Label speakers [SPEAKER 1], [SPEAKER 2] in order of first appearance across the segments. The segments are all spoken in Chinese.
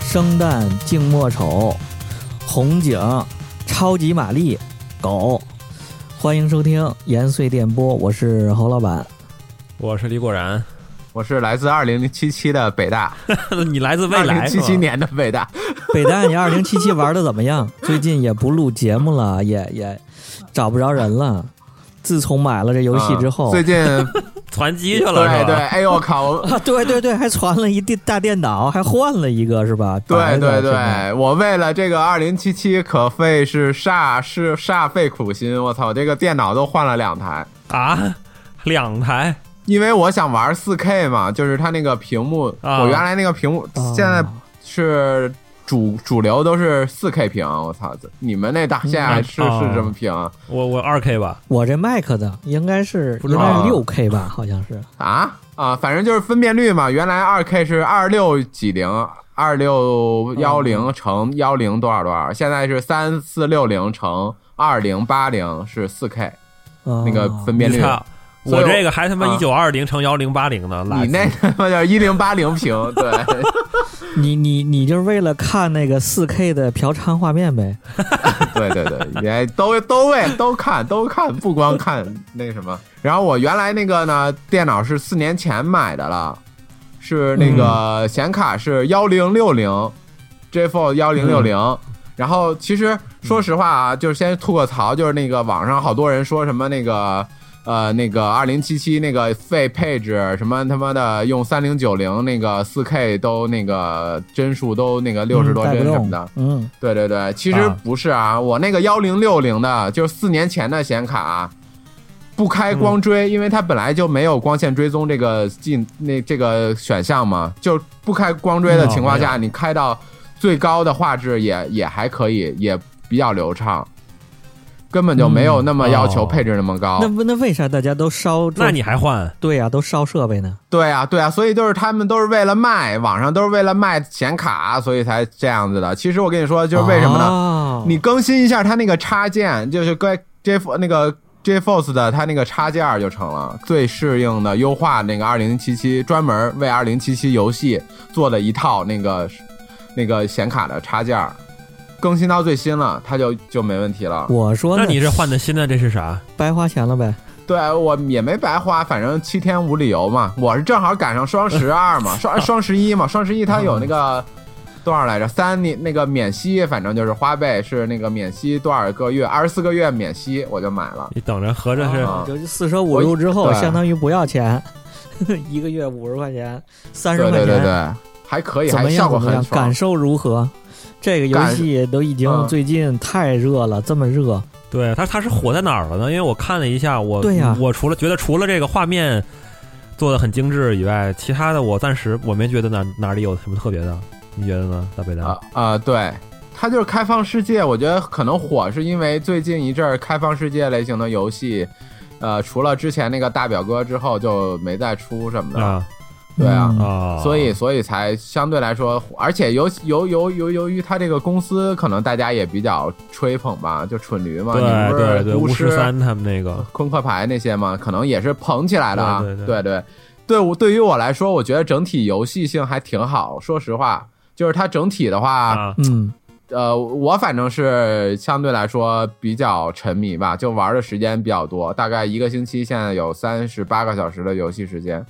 [SPEAKER 1] 生旦净末丑，红警、超级玛丽、狗。欢迎收听延绥电波，我是侯老板。
[SPEAKER 2] 我是李果然，
[SPEAKER 3] 我是来自二零七七的北大，
[SPEAKER 2] 你来自未
[SPEAKER 3] 二
[SPEAKER 2] 来
[SPEAKER 3] 零
[SPEAKER 2] 是
[SPEAKER 3] 七
[SPEAKER 2] 吧
[SPEAKER 3] 七年的北大，
[SPEAKER 1] 北大，你二零七七 玩的怎么样？最近也不录节目了，也也找不着人了。自从买了这游戏之后，
[SPEAKER 3] 嗯 最近
[SPEAKER 2] 传机去
[SPEAKER 3] 对
[SPEAKER 2] 了是
[SPEAKER 3] 对，
[SPEAKER 2] 吧？
[SPEAKER 3] 哎呦我靠，我
[SPEAKER 1] 啊，对对对，还传了一电大电脑，还换了一个是吧？
[SPEAKER 3] 对
[SPEAKER 1] 白的
[SPEAKER 3] 对
[SPEAKER 1] 是吧
[SPEAKER 3] 对，我为了这个二零七七可费是煞是煞费苦心，我操，这个电脑都换了两台，
[SPEAKER 2] 啊，两台
[SPEAKER 3] 因为我想玩四 K 嘛，就是它那个屏幕，
[SPEAKER 2] 啊
[SPEAKER 3] 我原来那个屏幕
[SPEAKER 1] 哦
[SPEAKER 3] 现在是。主主流都是四 K 屏，我操！你们那大现在还是
[SPEAKER 2] 嗯哦
[SPEAKER 3] 是这么屏啊
[SPEAKER 2] 我我二 K 吧，
[SPEAKER 1] 我这 Mac 的应该是
[SPEAKER 2] 不知
[SPEAKER 1] 应
[SPEAKER 2] 道
[SPEAKER 1] 该是
[SPEAKER 3] 啊
[SPEAKER 1] 六 K 吧，好像是。
[SPEAKER 3] 啊啊？反正就是分辨率嘛，原来二 K 是二六几零，二六幺
[SPEAKER 2] 嗯
[SPEAKER 3] 零乘幺零多少多少，现在是三四六零乘二零八零是四 K
[SPEAKER 1] 那
[SPEAKER 3] 那个
[SPEAKER 1] 哦
[SPEAKER 3] 分辨
[SPEAKER 2] 你
[SPEAKER 3] 率。
[SPEAKER 2] 操，
[SPEAKER 3] 所
[SPEAKER 2] 我
[SPEAKER 3] 以我
[SPEAKER 2] 这个还他妈
[SPEAKER 3] 啊
[SPEAKER 2] 一九二零乘幺零八零呢，垃圾
[SPEAKER 3] 你那他妈叫一零八零屏，对，
[SPEAKER 1] 你你你就是为了看那个四 K 的嫖娼画面呗？
[SPEAKER 3] 对对对，也都都位都看都看，不光看那个什么。然后我原来那个呢，电脑是四年前买的了，是那
[SPEAKER 1] 嗯
[SPEAKER 3] 个显卡是幺零六零 J Four 幺零六
[SPEAKER 1] 嗯
[SPEAKER 3] 零。然后其实说实话啊，就是先吐个槽，就是那个网上好多人说什么那个。呃，那个二零七七那个费配置什么他妈的，用三零九零那个四 K 都那个帧数都那个六十多
[SPEAKER 1] 嗯带
[SPEAKER 3] 帧
[SPEAKER 1] 不
[SPEAKER 3] 什
[SPEAKER 1] 动
[SPEAKER 3] 么的，
[SPEAKER 1] 嗯，
[SPEAKER 3] 对对对，其实
[SPEAKER 2] 啊
[SPEAKER 3] 不是啊，我那个幺零六零的，就是四年前的显卡啊、不开光
[SPEAKER 2] 嗯
[SPEAKER 3] 追，因为它本来就没有光线追踪这个进那这个选项嘛，就不开光追的情况
[SPEAKER 2] 嗯
[SPEAKER 3] 下，
[SPEAKER 2] 哦
[SPEAKER 3] 你开到最高的画质也也还可以，也比较流畅，根本就没有那么要求
[SPEAKER 2] 哦
[SPEAKER 3] 配置那么高。
[SPEAKER 1] 那不那为啥大家都烧这？
[SPEAKER 2] 那你还换？
[SPEAKER 1] 对啊呀、都烧设备呢。
[SPEAKER 3] 对啊，对啊，所以就是他们都是为了卖，网上都是为了卖显卡，啊所以才这样子的。其实我跟你说，就是为什么呢？
[SPEAKER 1] 哦、
[SPEAKER 3] 你更新一下它那个插件，就是该 J 那个 J Force 的它那个插件就成了最适应的优化那个二零七七专门为二零七七游戏做的一套那个那个显卡的插件，更新到最新了，它就就没问题了。
[SPEAKER 1] 我说呢
[SPEAKER 2] 那你是啊换的新的，这是啥？
[SPEAKER 1] 白花钱了呗？
[SPEAKER 3] 对我也没白花，反正七天无理由嘛。我是正好赶上双十二 嘛，双双十一嘛，双十一它有那个多少来着？三年那个免息，反正就是花呗是那个免息多少个月，二十四个月免息，我就买了。
[SPEAKER 2] 你等着，合着是
[SPEAKER 3] 啊
[SPEAKER 1] 就是四舍五入之后，
[SPEAKER 3] 对
[SPEAKER 1] 相当于不要钱， 一个月五十块钱，三十
[SPEAKER 3] 对
[SPEAKER 1] 块
[SPEAKER 3] 对
[SPEAKER 1] 钱，
[SPEAKER 3] 对对，还可以，
[SPEAKER 1] 怎
[SPEAKER 3] 还
[SPEAKER 1] 么样
[SPEAKER 3] 效果
[SPEAKER 1] 怎么
[SPEAKER 3] 很
[SPEAKER 1] 样？
[SPEAKER 3] 爽
[SPEAKER 1] 感。受如何？这个游
[SPEAKER 3] 感
[SPEAKER 1] 戏都已经
[SPEAKER 3] 嗯
[SPEAKER 1] 最近太热了，这么热，
[SPEAKER 2] 对他他是火在哪儿了呢？因为我看了一下，我
[SPEAKER 1] 对呀
[SPEAKER 2] 我除了觉得除了这个画面做的很精致以外，其他的我暂时我没觉得哪哪里有什么特别的。你觉得呢，大北大？
[SPEAKER 3] 啊啊、对，它就是开放世界。我觉得可能火是因为最近一阵儿开放世界类型的游戏，呃，除了之前那个大表哥之后就没再出什么的。
[SPEAKER 2] 啊
[SPEAKER 3] 对啊
[SPEAKER 1] 嗯
[SPEAKER 2] 啊！
[SPEAKER 3] 所以，所以才相对来说，而且由由由由由于它这个公司，可能大家也比较吹捧吧，就蠢驴嘛，你
[SPEAKER 2] 对
[SPEAKER 3] 不
[SPEAKER 2] 对对，
[SPEAKER 3] 是
[SPEAKER 2] 巫
[SPEAKER 3] 师
[SPEAKER 2] 师三他们那个，
[SPEAKER 3] 昆克牌那些嘛，可能也是捧起来的啊。
[SPEAKER 2] 对对对
[SPEAKER 3] 对对，对我对于我来说，我觉得整体游戏性还挺好。说实话，就是它整体的话，
[SPEAKER 2] 啊，
[SPEAKER 1] 嗯，
[SPEAKER 3] 呃，我反正是相对来说比较沉迷吧，就玩的时间比较多，大概一个星期现在有三十八个小时的游戏时间，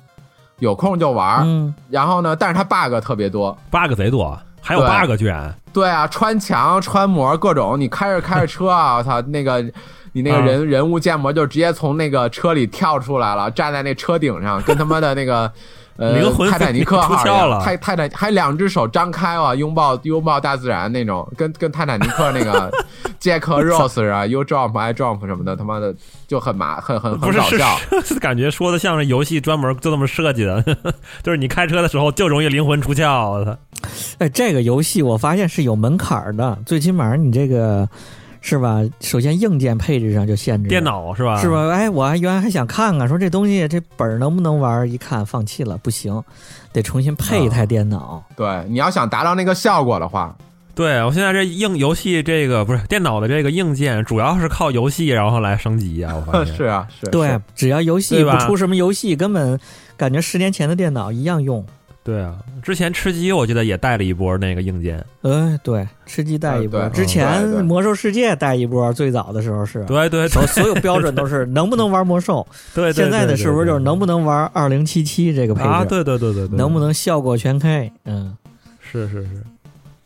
[SPEAKER 3] 有空就玩。
[SPEAKER 1] 嗯，
[SPEAKER 3] 然后呢，但是它 bug 特别多。
[SPEAKER 2] bug 贼多，还有
[SPEAKER 3] 对
[SPEAKER 2] bug 居然
[SPEAKER 3] 对啊，穿墙、穿模各种，你开着开着 车啊，我操，那个你那个人、
[SPEAKER 2] 嗯
[SPEAKER 3] 人物建模就直接从那个车里跳出来了，站在那车顶上，跟他妈的 那个呃
[SPEAKER 2] 灵魂
[SPEAKER 3] 泰坦尼克号
[SPEAKER 2] 出
[SPEAKER 3] 一
[SPEAKER 2] 窍
[SPEAKER 3] 样
[SPEAKER 2] 了
[SPEAKER 3] 泰泰坦还两只手张开啊，拥抱拥抱大自然那种，跟跟泰坦尼克那 个 Jack Rose 啊，You Jump I Jump 什么的，他妈的就很麻很很
[SPEAKER 2] 不
[SPEAKER 3] 很
[SPEAKER 2] 是
[SPEAKER 3] 搞笑。
[SPEAKER 2] 是感觉说的像是游戏专门就这么设计的， 就是你开车的时候就容易灵魂出窍。我操
[SPEAKER 1] 哎，这个游戏我发现是有门槛儿的，最起码你这个是吧？首先硬件配置上就限制了
[SPEAKER 2] 电、脑啊是吧？
[SPEAKER 1] 是？吧？哎，我还原来还想看看，说这东西这本儿能不能玩儿，一看放弃了，不行，得重新配一
[SPEAKER 2] 啊
[SPEAKER 1] 台电脑。
[SPEAKER 3] 对，你要想达到那个效果的话，
[SPEAKER 2] 对我现在这硬游戏这个不是电脑的这个硬件，主要是靠游戏然后来升 级啊。我发现
[SPEAKER 3] 是啊是。
[SPEAKER 1] 对
[SPEAKER 3] 是，
[SPEAKER 1] 只要游戏
[SPEAKER 2] 对
[SPEAKER 1] 不
[SPEAKER 2] 吧
[SPEAKER 1] 出什么游戏，根本感觉十年前的电脑一样用。
[SPEAKER 2] 对啊，之前吃鸡我记得也带了一波那个硬件，
[SPEAKER 1] 嗯，对，吃鸡
[SPEAKER 2] 啊
[SPEAKER 1] 带一波，
[SPEAKER 3] 呃对
[SPEAKER 1] 之前
[SPEAKER 3] 嗯对对
[SPEAKER 1] 魔兽世界带一波，最早的时候是，
[SPEAKER 2] 对对对
[SPEAKER 1] 所所有标准都是能不能玩魔兽，
[SPEAKER 2] 对，对
[SPEAKER 1] 现在的是不是就是能不能玩二零七七这个配置，
[SPEAKER 2] 啊？对对对对对，
[SPEAKER 1] 能不能效果全开？嗯，
[SPEAKER 2] 是是是，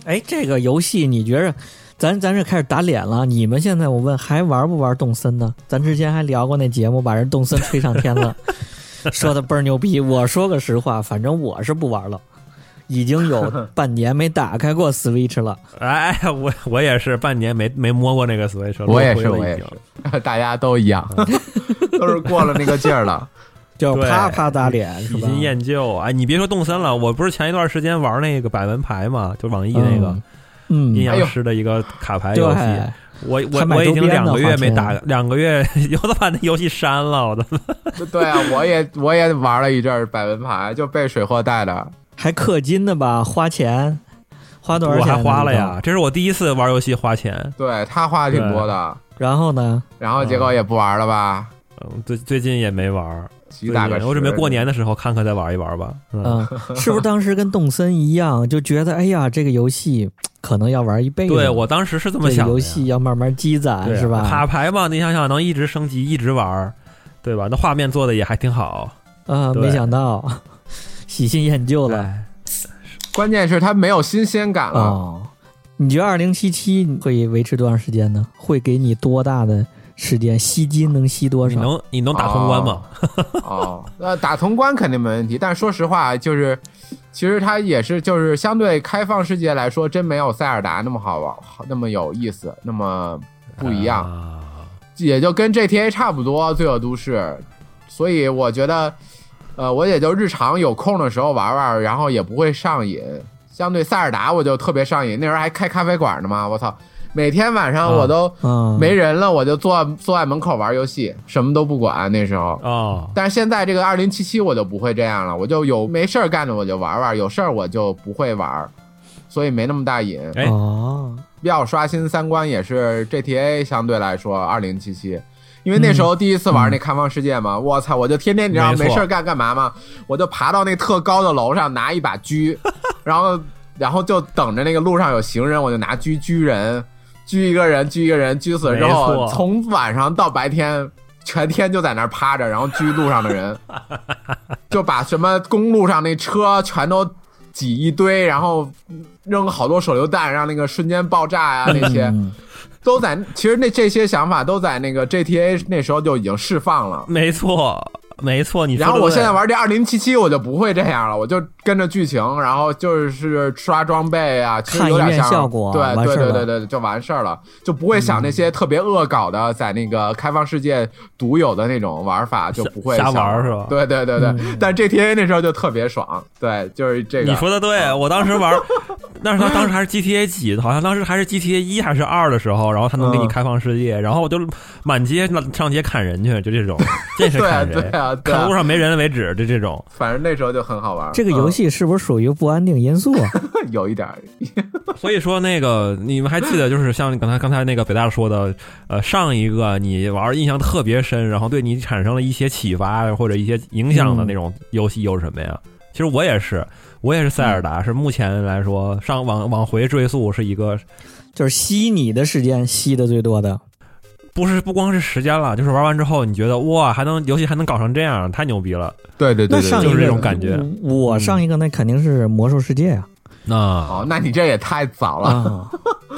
[SPEAKER 1] 哎，这个游戏你觉着，咱咱这开始打脸了，你们现在我问还玩不玩动森呢？咱之前还聊过那节目，把人动森吹上天 了，说的倍儿牛逼。我说个实话，反正我是不玩了。已经有半年没打开过 Switch 了，
[SPEAKER 2] 哎，哎我我也是半年没没摸过那个 Switch，了
[SPEAKER 3] 我也是
[SPEAKER 2] 落灰了
[SPEAKER 3] 我也
[SPEAKER 2] 已经
[SPEAKER 3] 是 大家都一样，都是过了那个劲儿了。
[SPEAKER 1] 就是
[SPEAKER 2] 对
[SPEAKER 1] 啪啪打脸，是
[SPEAKER 2] 喜
[SPEAKER 1] 吧？
[SPEAKER 2] 新厌旧。哎，你别说动森了，我不是前一段时间玩那个百闻牌嘛，就网易那个
[SPEAKER 1] 嗯，
[SPEAKER 2] 阴
[SPEAKER 1] 嗯，
[SPEAKER 3] 哎
[SPEAKER 2] 阳师的一个卡牌
[SPEAKER 1] 对
[SPEAKER 2] 游戏，我
[SPEAKER 1] 还
[SPEAKER 2] 我
[SPEAKER 1] 买
[SPEAKER 2] 我
[SPEAKER 1] 周
[SPEAKER 2] 已经
[SPEAKER 1] 边呢
[SPEAKER 2] 两个月没
[SPEAKER 1] 花钱
[SPEAKER 2] 打，两个月 我都把那游戏删了，我都
[SPEAKER 3] 对啊，我也我也玩了一阵儿百闻牌，就被水货带的。
[SPEAKER 1] 还氪金的吧？花钱，花多少
[SPEAKER 2] 我
[SPEAKER 1] 钱？啊
[SPEAKER 2] 还花了呀。，这是我第一次玩游戏花钱。
[SPEAKER 3] 对他花挺多的，
[SPEAKER 1] 然后呢？
[SPEAKER 3] 然后结果也不玩了吧？
[SPEAKER 2] 嗯，最最近也没玩儿，
[SPEAKER 3] 几打
[SPEAKER 2] 最
[SPEAKER 3] 个
[SPEAKER 2] 近
[SPEAKER 3] 十，
[SPEAKER 2] 我准备过年的时候看看再玩一玩吧。嗯，
[SPEAKER 1] 嗯，是不是当时跟动森一样，就觉得哎呀，这个游戏可能要玩一辈子？
[SPEAKER 2] 对我当时是
[SPEAKER 1] 这
[SPEAKER 2] 这么
[SPEAKER 1] 个
[SPEAKER 2] 想的呀。
[SPEAKER 1] 游戏要慢慢积攒，
[SPEAKER 2] 对
[SPEAKER 1] 是吧？
[SPEAKER 2] 卡牌嘛，你想想能一直升级，一直玩儿，对吧？那画面做的也还挺好。
[SPEAKER 1] 啊，
[SPEAKER 2] 对
[SPEAKER 1] 没想到喜新厌旧了
[SPEAKER 2] 哎，
[SPEAKER 3] 关键是它没有新鲜感了。
[SPEAKER 1] 哦。你觉得二零七七会维持多长时间呢？会给你多大的时间？吸金能吸多
[SPEAKER 2] 你
[SPEAKER 1] 少？
[SPEAKER 2] 能你能打通关吗？
[SPEAKER 3] 哦，那打通关肯定没问题，但说实话，就是其实它也是就是相对开放世界来说，真没有塞尔达那么好玩，好那么有意思，那么不一样，
[SPEAKER 2] 啊
[SPEAKER 3] 也就跟 GTA 差不多，《罪恶都市》。所以我觉得，呃，我也就日常有空的时候玩玩，然后也不会上瘾。相对塞尔达，我就特别上瘾，那时候还开咖啡馆呢嘛，我操！每天晚上我都
[SPEAKER 1] 嗯，
[SPEAKER 3] 没人了，我就坐坐在门口玩游戏，什么都不管。那时候，
[SPEAKER 2] 哦，
[SPEAKER 3] 但是现在这个二零七七我就不会这样了，我就有没事儿干的我就玩玩，有事儿我就不会玩儿，所以没那么大瘾。
[SPEAKER 2] 哎
[SPEAKER 1] 哦，
[SPEAKER 3] 要刷新三观也是 GTA 相对来说二零七七，因为那时候第一次玩那开放世界嘛，我操，我就天天你知道
[SPEAKER 2] 嗯没错
[SPEAKER 3] 没事儿干干嘛吗？我就爬到那特高的楼上拿一把 狙，然后然后就等着那个路上有行人，我就拿狙狙人，狙一个人，狙一个人，狙死了之
[SPEAKER 2] 没
[SPEAKER 3] 后，
[SPEAKER 2] 错
[SPEAKER 3] 从晚上到白天。全天就在那儿趴着，然后狙路上的人， 就把什么公路上那车全都挤一堆，然后扔好多手榴弹，让那个瞬间爆炸呀、那些
[SPEAKER 1] 嗯
[SPEAKER 3] 都在。其实那这些想法都在那个 GTA 那时候就已经释放了。
[SPEAKER 2] 没错没错，你说
[SPEAKER 3] 然后
[SPEAKER 2] 得
[SPEAKER 3] 我
[SPEAKER 2] 对
[SPEAKER 3] 现在玩这二零七七，我就不会这样了，我就跟着剧情，然后就是刷装备啊，其实有点
[SPEAKER 1] 看一
[SPEAKER 3] 像
[SPEAKER 1] 遍效果啊
[SPEAKER 3] 对
[SPEAKER 1] 完事
[SPEAKER 3] 对
[SPEAKER 1] 儿
[SPEAKER 3] 对
[SPEAKER 1] 了
[SPEAKER 3] 对对，就完事儿了，就不会想那些特别恶搞的，在那个开放世界独有的那种玩法，就不会
[SPEAKER 2] 瞎
[SPEAKER 3] 想
[SPEAKER 2] 玩儿是吧
[SPEAKER 3] 对对对对，
[SPEAKER 1] 嗯
[SPEAKER 3] 但 GTA 那时候就特别爽，对，就是这个。
[SPEAKER 2] 你说的对，我当时 玩，那时候当时还是 GTA 几，好像当时还是 GTA 一还是二的时候，然后他能给你
[SPEAKER 3] 嗯
[SPEAKER 2] 开放世界，然后我就满街上街砍人去，就这 种，见谁
[SPEAKER 3] 对啊
[SPEAKER 2] 砍
[SPEAKER 3] 对
[SPEAKER 2] 谁，
[SPEAKER 3] 啊对
[SPEAKER 2] 砍
[SPEAKER 3] 啊
[SPEAKER 2] 路，上没人为止，就这种。
[SPEAKER 3] 反正那时候就很好玩。
[SPEAKER 1] 这个游戏是不是属于不安定因素啊？
[SPEAKER 3] 嗯有一点儿
[SPEAKER 2] 所以说，那个你们还记得，就是像刚才刚才那个北大说的，呃，上一个你玩印象特别深，然后对你产生了一些启发或者一些影响的那种游戏有什么呀？其实我也是，我也是塞尔达，是目前来说上往往回追溯是一个，
[SPEAKER 1] 就是吸你的时间吸的最多的，
[SPEAKER 2] 不是不光是时间了，就是玩完之后你觉得哇，还能游戏还能搞成这样，太牛逼了。
[SPEAKER 3] 对对
[SPEAKER 1] 那
[SPEAKER 3] 对对，
[SPEAKER 1] 上一
[SPEAKER 2] 就
[SPEAKER 1] 个
[SPEAKER 2] 是这种感觉
[SPEAKER 1] 我
[SPEAKER 2] 嗯
[SPEAKER 1] 我上一个那肯定是魔兽世界啊
[SPEAKER 2] 那
[SPEAKER 3] 哦，那你这也太早了。
[SPEAKER 1] 啊，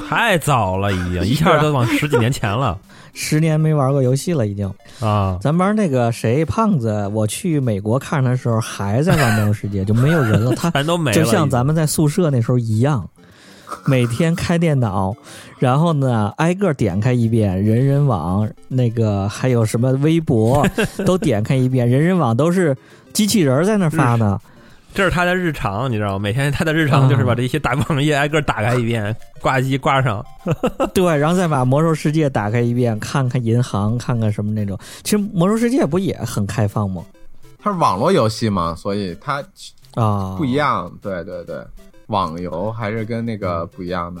[SPEAKER 2] 太早了，已经一下都往十几年前了
[SPEAKER 1] 十年没玩过游戏了已经。
[SPEAKER 2] 啊！
[SPEAKER 1] 咱班那个谁胖子，我去美国看他的时候还在玩魔兽世界，就没有人了。他
[SPEAKER 2] 全都没了，
[SPEAKER 1] 就像咱们在宿舍那时候一样，每天开电脑，然后呢挨个点开一遍人人网，那个还有什么微 博都点开一遍，人人网都是机器人儿在那儿发呢。
[SPEAKER 2] 这是他的日常，你知道吗？每天他的日常
[SPEAKER 1] 嗯
[SPEAKER 2] 就是把这些大网页挨个打开一遍， 挂机挂上。
[SPEAKER 1] 对，然后再把《魔兽世界》打开一遍，看看银行，看看什么那种。其实《魔兽世界》不也很开放吗？
[SPEAKER 3] 它是网络游戏嘛，所以它
[SPEAKER 1] 啊，
[SPEAKER 3] 不一。样。对对对，网游还是跟那个不一样的。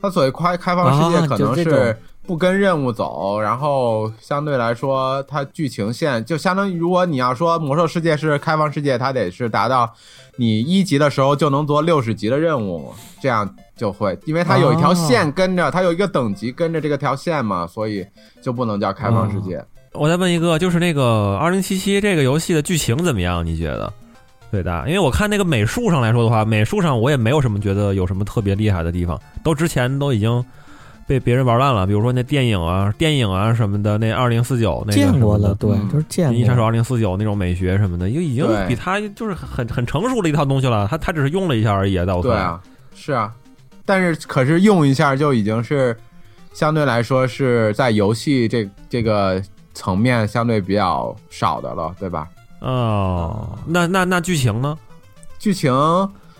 [SPEAKER 3] 它所谓开开放世界，
[SPEAKER 1] 啊
[SPEAKER 3] 可能
[SPEAKER 1] 就这
[SPEAKER 3] 是
[SPEAKER 1] 种
[SPEAKER 3] 不跟任务走，然后相对来说，它剧情线就相当于，如果你要说魔兽世界是开放世界，它得是达到你一级的时候就能做六十级的任务，这样就会，因为它有一条
[SPEAKER 1] 啊
[SPEAKER 3] 线跟着，它有一个等级跟着这个条线嘛，所以就不能叫开放世界。
[SPEAKER 2] 我再问一个，就是那个《二零七七》这个游戏的剧情怎么样？你觉得？对的，因为我看那个美术上来说的话，美术上我也没有什么觉得有什么特别厉害的地方，都之前都已经被别人玩烂了。比如说那电影啊、电影啊什么的，那二零四九那个
[SPEAKER 1] 见过
[SPEAKER 2] 了
[SPEAKER 1] 了，，对，
[SPEAKER 3] 嗯
[SPEAKER 1] 就是见
[SPEAKER 2] 《
[SPEAKER 1] 过。
[SPEAKER 2] 银翼杀手二零四九》那种美学什么的，就已经
[SPEAKER 3] 对
[SPEAKER 2] 比它就是很很成熟的一套东西了。它它只是用了一下而已啊，在我看
[SPEAKER 3] 对
[SPEAKER 2] 来，
[SPEAKER 3] 啊，是啊，但是可是用一下就已经是相对来说是在游戏这这个层面相对比较少的了，对吧？
[SPEAKER 2] 哦，那那那剧情呢？
[SPEAKER 3] 剧情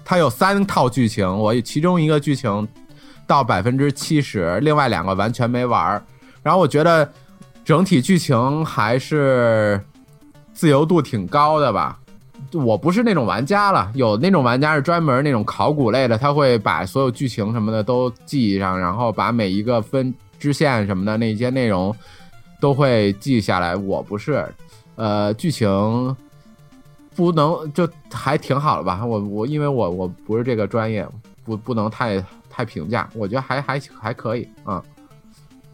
[SPEAKER 3] 它有三套剧情，我其中一个剧情到百分之七十，另外两个完全没玩儿。然后我觉得整体剧情还是自由度挺高的吧。我不是那种玩家了，有那种玩家是专门那种考古类的，他会把所有剧情什么的都记上，然后把每一个分支线什么的那些内容都会记下来。我不是，呃，剧情不能就还挺好了吧？我我因为我我不是这个专业，不不能太太评价，我觉得还还还可以啊、嗯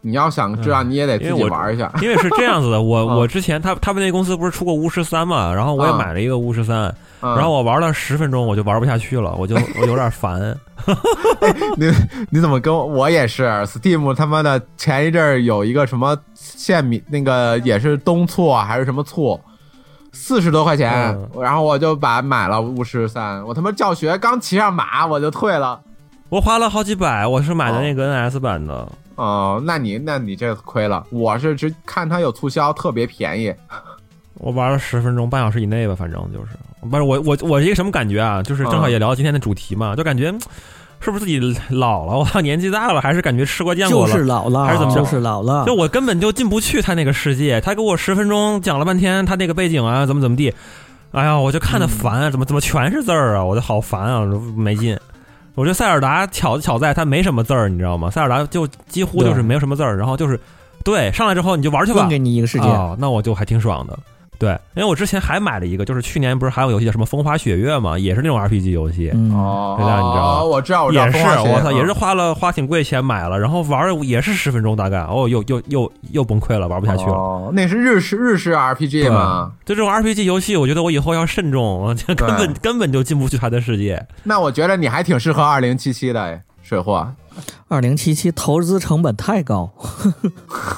[SPEAKER 3] 你要想知道，你也得自
[SPEAKER 2] 因
[SPEAKER 3] 己
[SPEAKER 2] 为我
[SPEAKER 3] 玩一下。
[SPEAKER 2] 因为是这样子的，我
[SPEAKER 3] 啊
[SPEAKER 2] 我之前他他们那公司不是出过巫师三嘛，然后我也
[SPEAKER 3] 啊
[SPEAKER 2] 买了一个巫师三，
[SPEAKER 3] 嗯、
[SPEAKER 2] 然后我玩了十分钟我就玩不下去了，我就我有点烦。
[SPEAKER 3] 你怎么跟我？我也是，Steam 他妈的前一阵儿有一个什么限米，那个也是冬促啊还是什么促，四十多块钱，
[SPEAKER 2] 嗯
[SPEAKER 3] 然后我就把买了巫师三，我他妈教学刚骑上马我就退了。
[SPEAKER 2] 我花了好几百，我是买的那个 NS 版的，
[SPEAKER 3] 哦，那你那你这亏了，我是只看它有促销，特别便宜。
[SPEAKER 2] 我玩了十分钟，半小时以内吧，反正就是不是我我我是一个什么感觉啊？就是正好也聊今天的主题嘛，就感觉嗯是不是自己老了？我年纪大了，还是感觉吃过见过
[SPEAKER 1] 就
[SPEAKER 2] 了？
[SPEAKER 1] 是老了，
[SPEAKER 2] 还是怎么着
[SPEAKER 1] 就是老了
[SPEAKER 2] 就。我根本就进不去他那个世界，他给我十分钟讲了半天他那个背景啊，怎么怎么地，哎呀，我就看的烦，
[SPEAKER 1] 嗯
[SPEAKER 2] 怎么怎么全是字儿啊，我就好烦啊，没劲。我觉得塞尔达巧就巧在它没什么字儿，你知道吗？塞尔达就几乎就是
[SPEAKER 1] 对
[SPEAKER 2] 没有什么字儿，然后就是对上来之后你就玩去吧
[SPEAKER 1] 分，给你一个世界，
[SPEAKER 2] 哦，那我就还挺爽的。对，因为我之前还买了一个，就是去年不是还有游戏叫什么《风花雪月》嘛，也是那种 RPG 游戏，
[SPEAKER 1] 嗯，
[SPEAKER 3] 哦，
[SPEAKER 2] 对啊吧你知道
[SPEAKER 3] 哦我知道，我知道，
[SPEAKER 2] 也是
[SPEAKER 3] 风花嗯雪月
[SPEAKER 2] 我操，也是花了花挺贵钱买了，然后玩儿也是十分钟大概，哦，又又又又崩溃了，玩不下去了。啊
[SPEAKER 3] 哦，那是日式日式 RPG 嘛？
[SPEAKER 2] 就这种 RPG 游戏，我觉得我以后要慎重，我这根本
[SPEAKER 3] 对
[SPEAKER 2] 根本就进不去他的世 界。
[SPEAKER 3] 那我觉得你还挺适合二零七七的，哎水货。
[SPEAKER 1] 二零七七投资成本太高，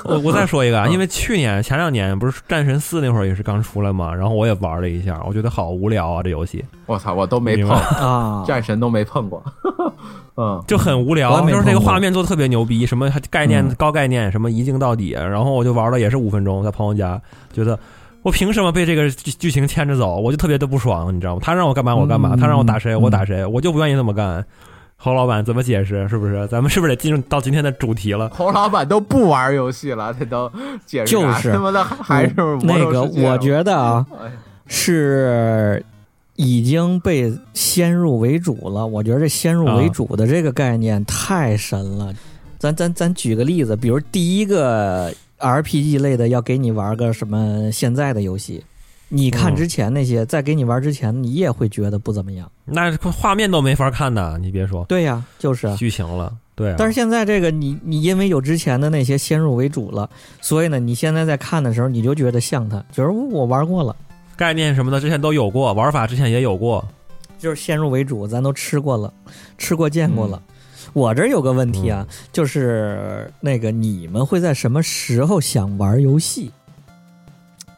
[SPEAKER 2] 我我再说一个啊，
[SPEAKER 3] 嗯
[SPEAKER 2] 因为去年前两年不是《战神四》那会儿也是刚出来嘛，然后我也玩了一下，我觉得好无聊啊，这游戏
[SPEAKER 3] 我操，我都没
[SPEAKER 2] 明
[SPEAKER 3] 碰
[SPEAKER 2] 白，
[SPEAKER 1] 啊，
[SPEAKER 3] 战神都没碰过。 嗯，
[SPEAKER 2] 就很无
[SPEAKER 1] 我
[SPEAKER 2] 聊
[SPEAKER 1] 也，没
[SPEAKER 2] 就是那个
[SPEAKER 1] 碰过
[SPEAKER 2] 画面做的特别牛逼，什么概念
[SPEAKER 1] 嗯
[SPEAKER 2] 高概念，什么一镜到底，然后我就玩了也是五分钟，在朋友家，觉得我凭什么被这个剧剧情牵着走，我就特别的不爽，你知道吗？他让我干嘛我干嘛，
[SPEAKER 1] 嗯
[SPEAKER 2] 他让我打谁
[SPEAKER 1] 嗯
[SPEAKER 2] 我打谁，我就不愿意这么干。侯老板怎么解释？是不是？咱们是不是得进入到今天的主题了？
[SPEAKER 3] 侯老板都不玩游戏了，这都解释啥
[SPEAKER 1] 就是
[SPEAKER 3] 他妈的还是魔
[SPEAKER 1] 那
[SPEAKER 3] 兽
[SPEAKER 1] 个
[SPEAKER 3] 世界
[SPEAKER 1] 我觉得啊，
[SPEAKER 3] 哎呀
[SPEAKER 1] 是已经被先入为主了。我觉得这先入为主的这个概念太神了。咱咱咱举个例子，比如第一个 RPG 类的要给你玩个什么现在的游戏，你看
[SPEAKER 2] 嗯
[SPEAKER 1] 之前那些，在给你玩之前，你也会觉得不怎么样。
[SPEAKER 2] 那画面都没法看呐，你别说
[SPEAKER 1] 对呀，就是啊。
[SPEAKER 2] 剧情了，对、啊。
[SPEAKER 1] 但是现在这个你你因为有之前的那些先入为主了，所以呢，你现在在看的时候，你就觉得像它，觉得我玩过了，
[SPEAKER 2] 概念什么的之前都有过，玩法之前也有过。
[SPEAKER 1] 就是先入为主，咱都吃过了，吃过见过了。我这儿有个问题啊，就是那个你们会在什么时候想玩游戏？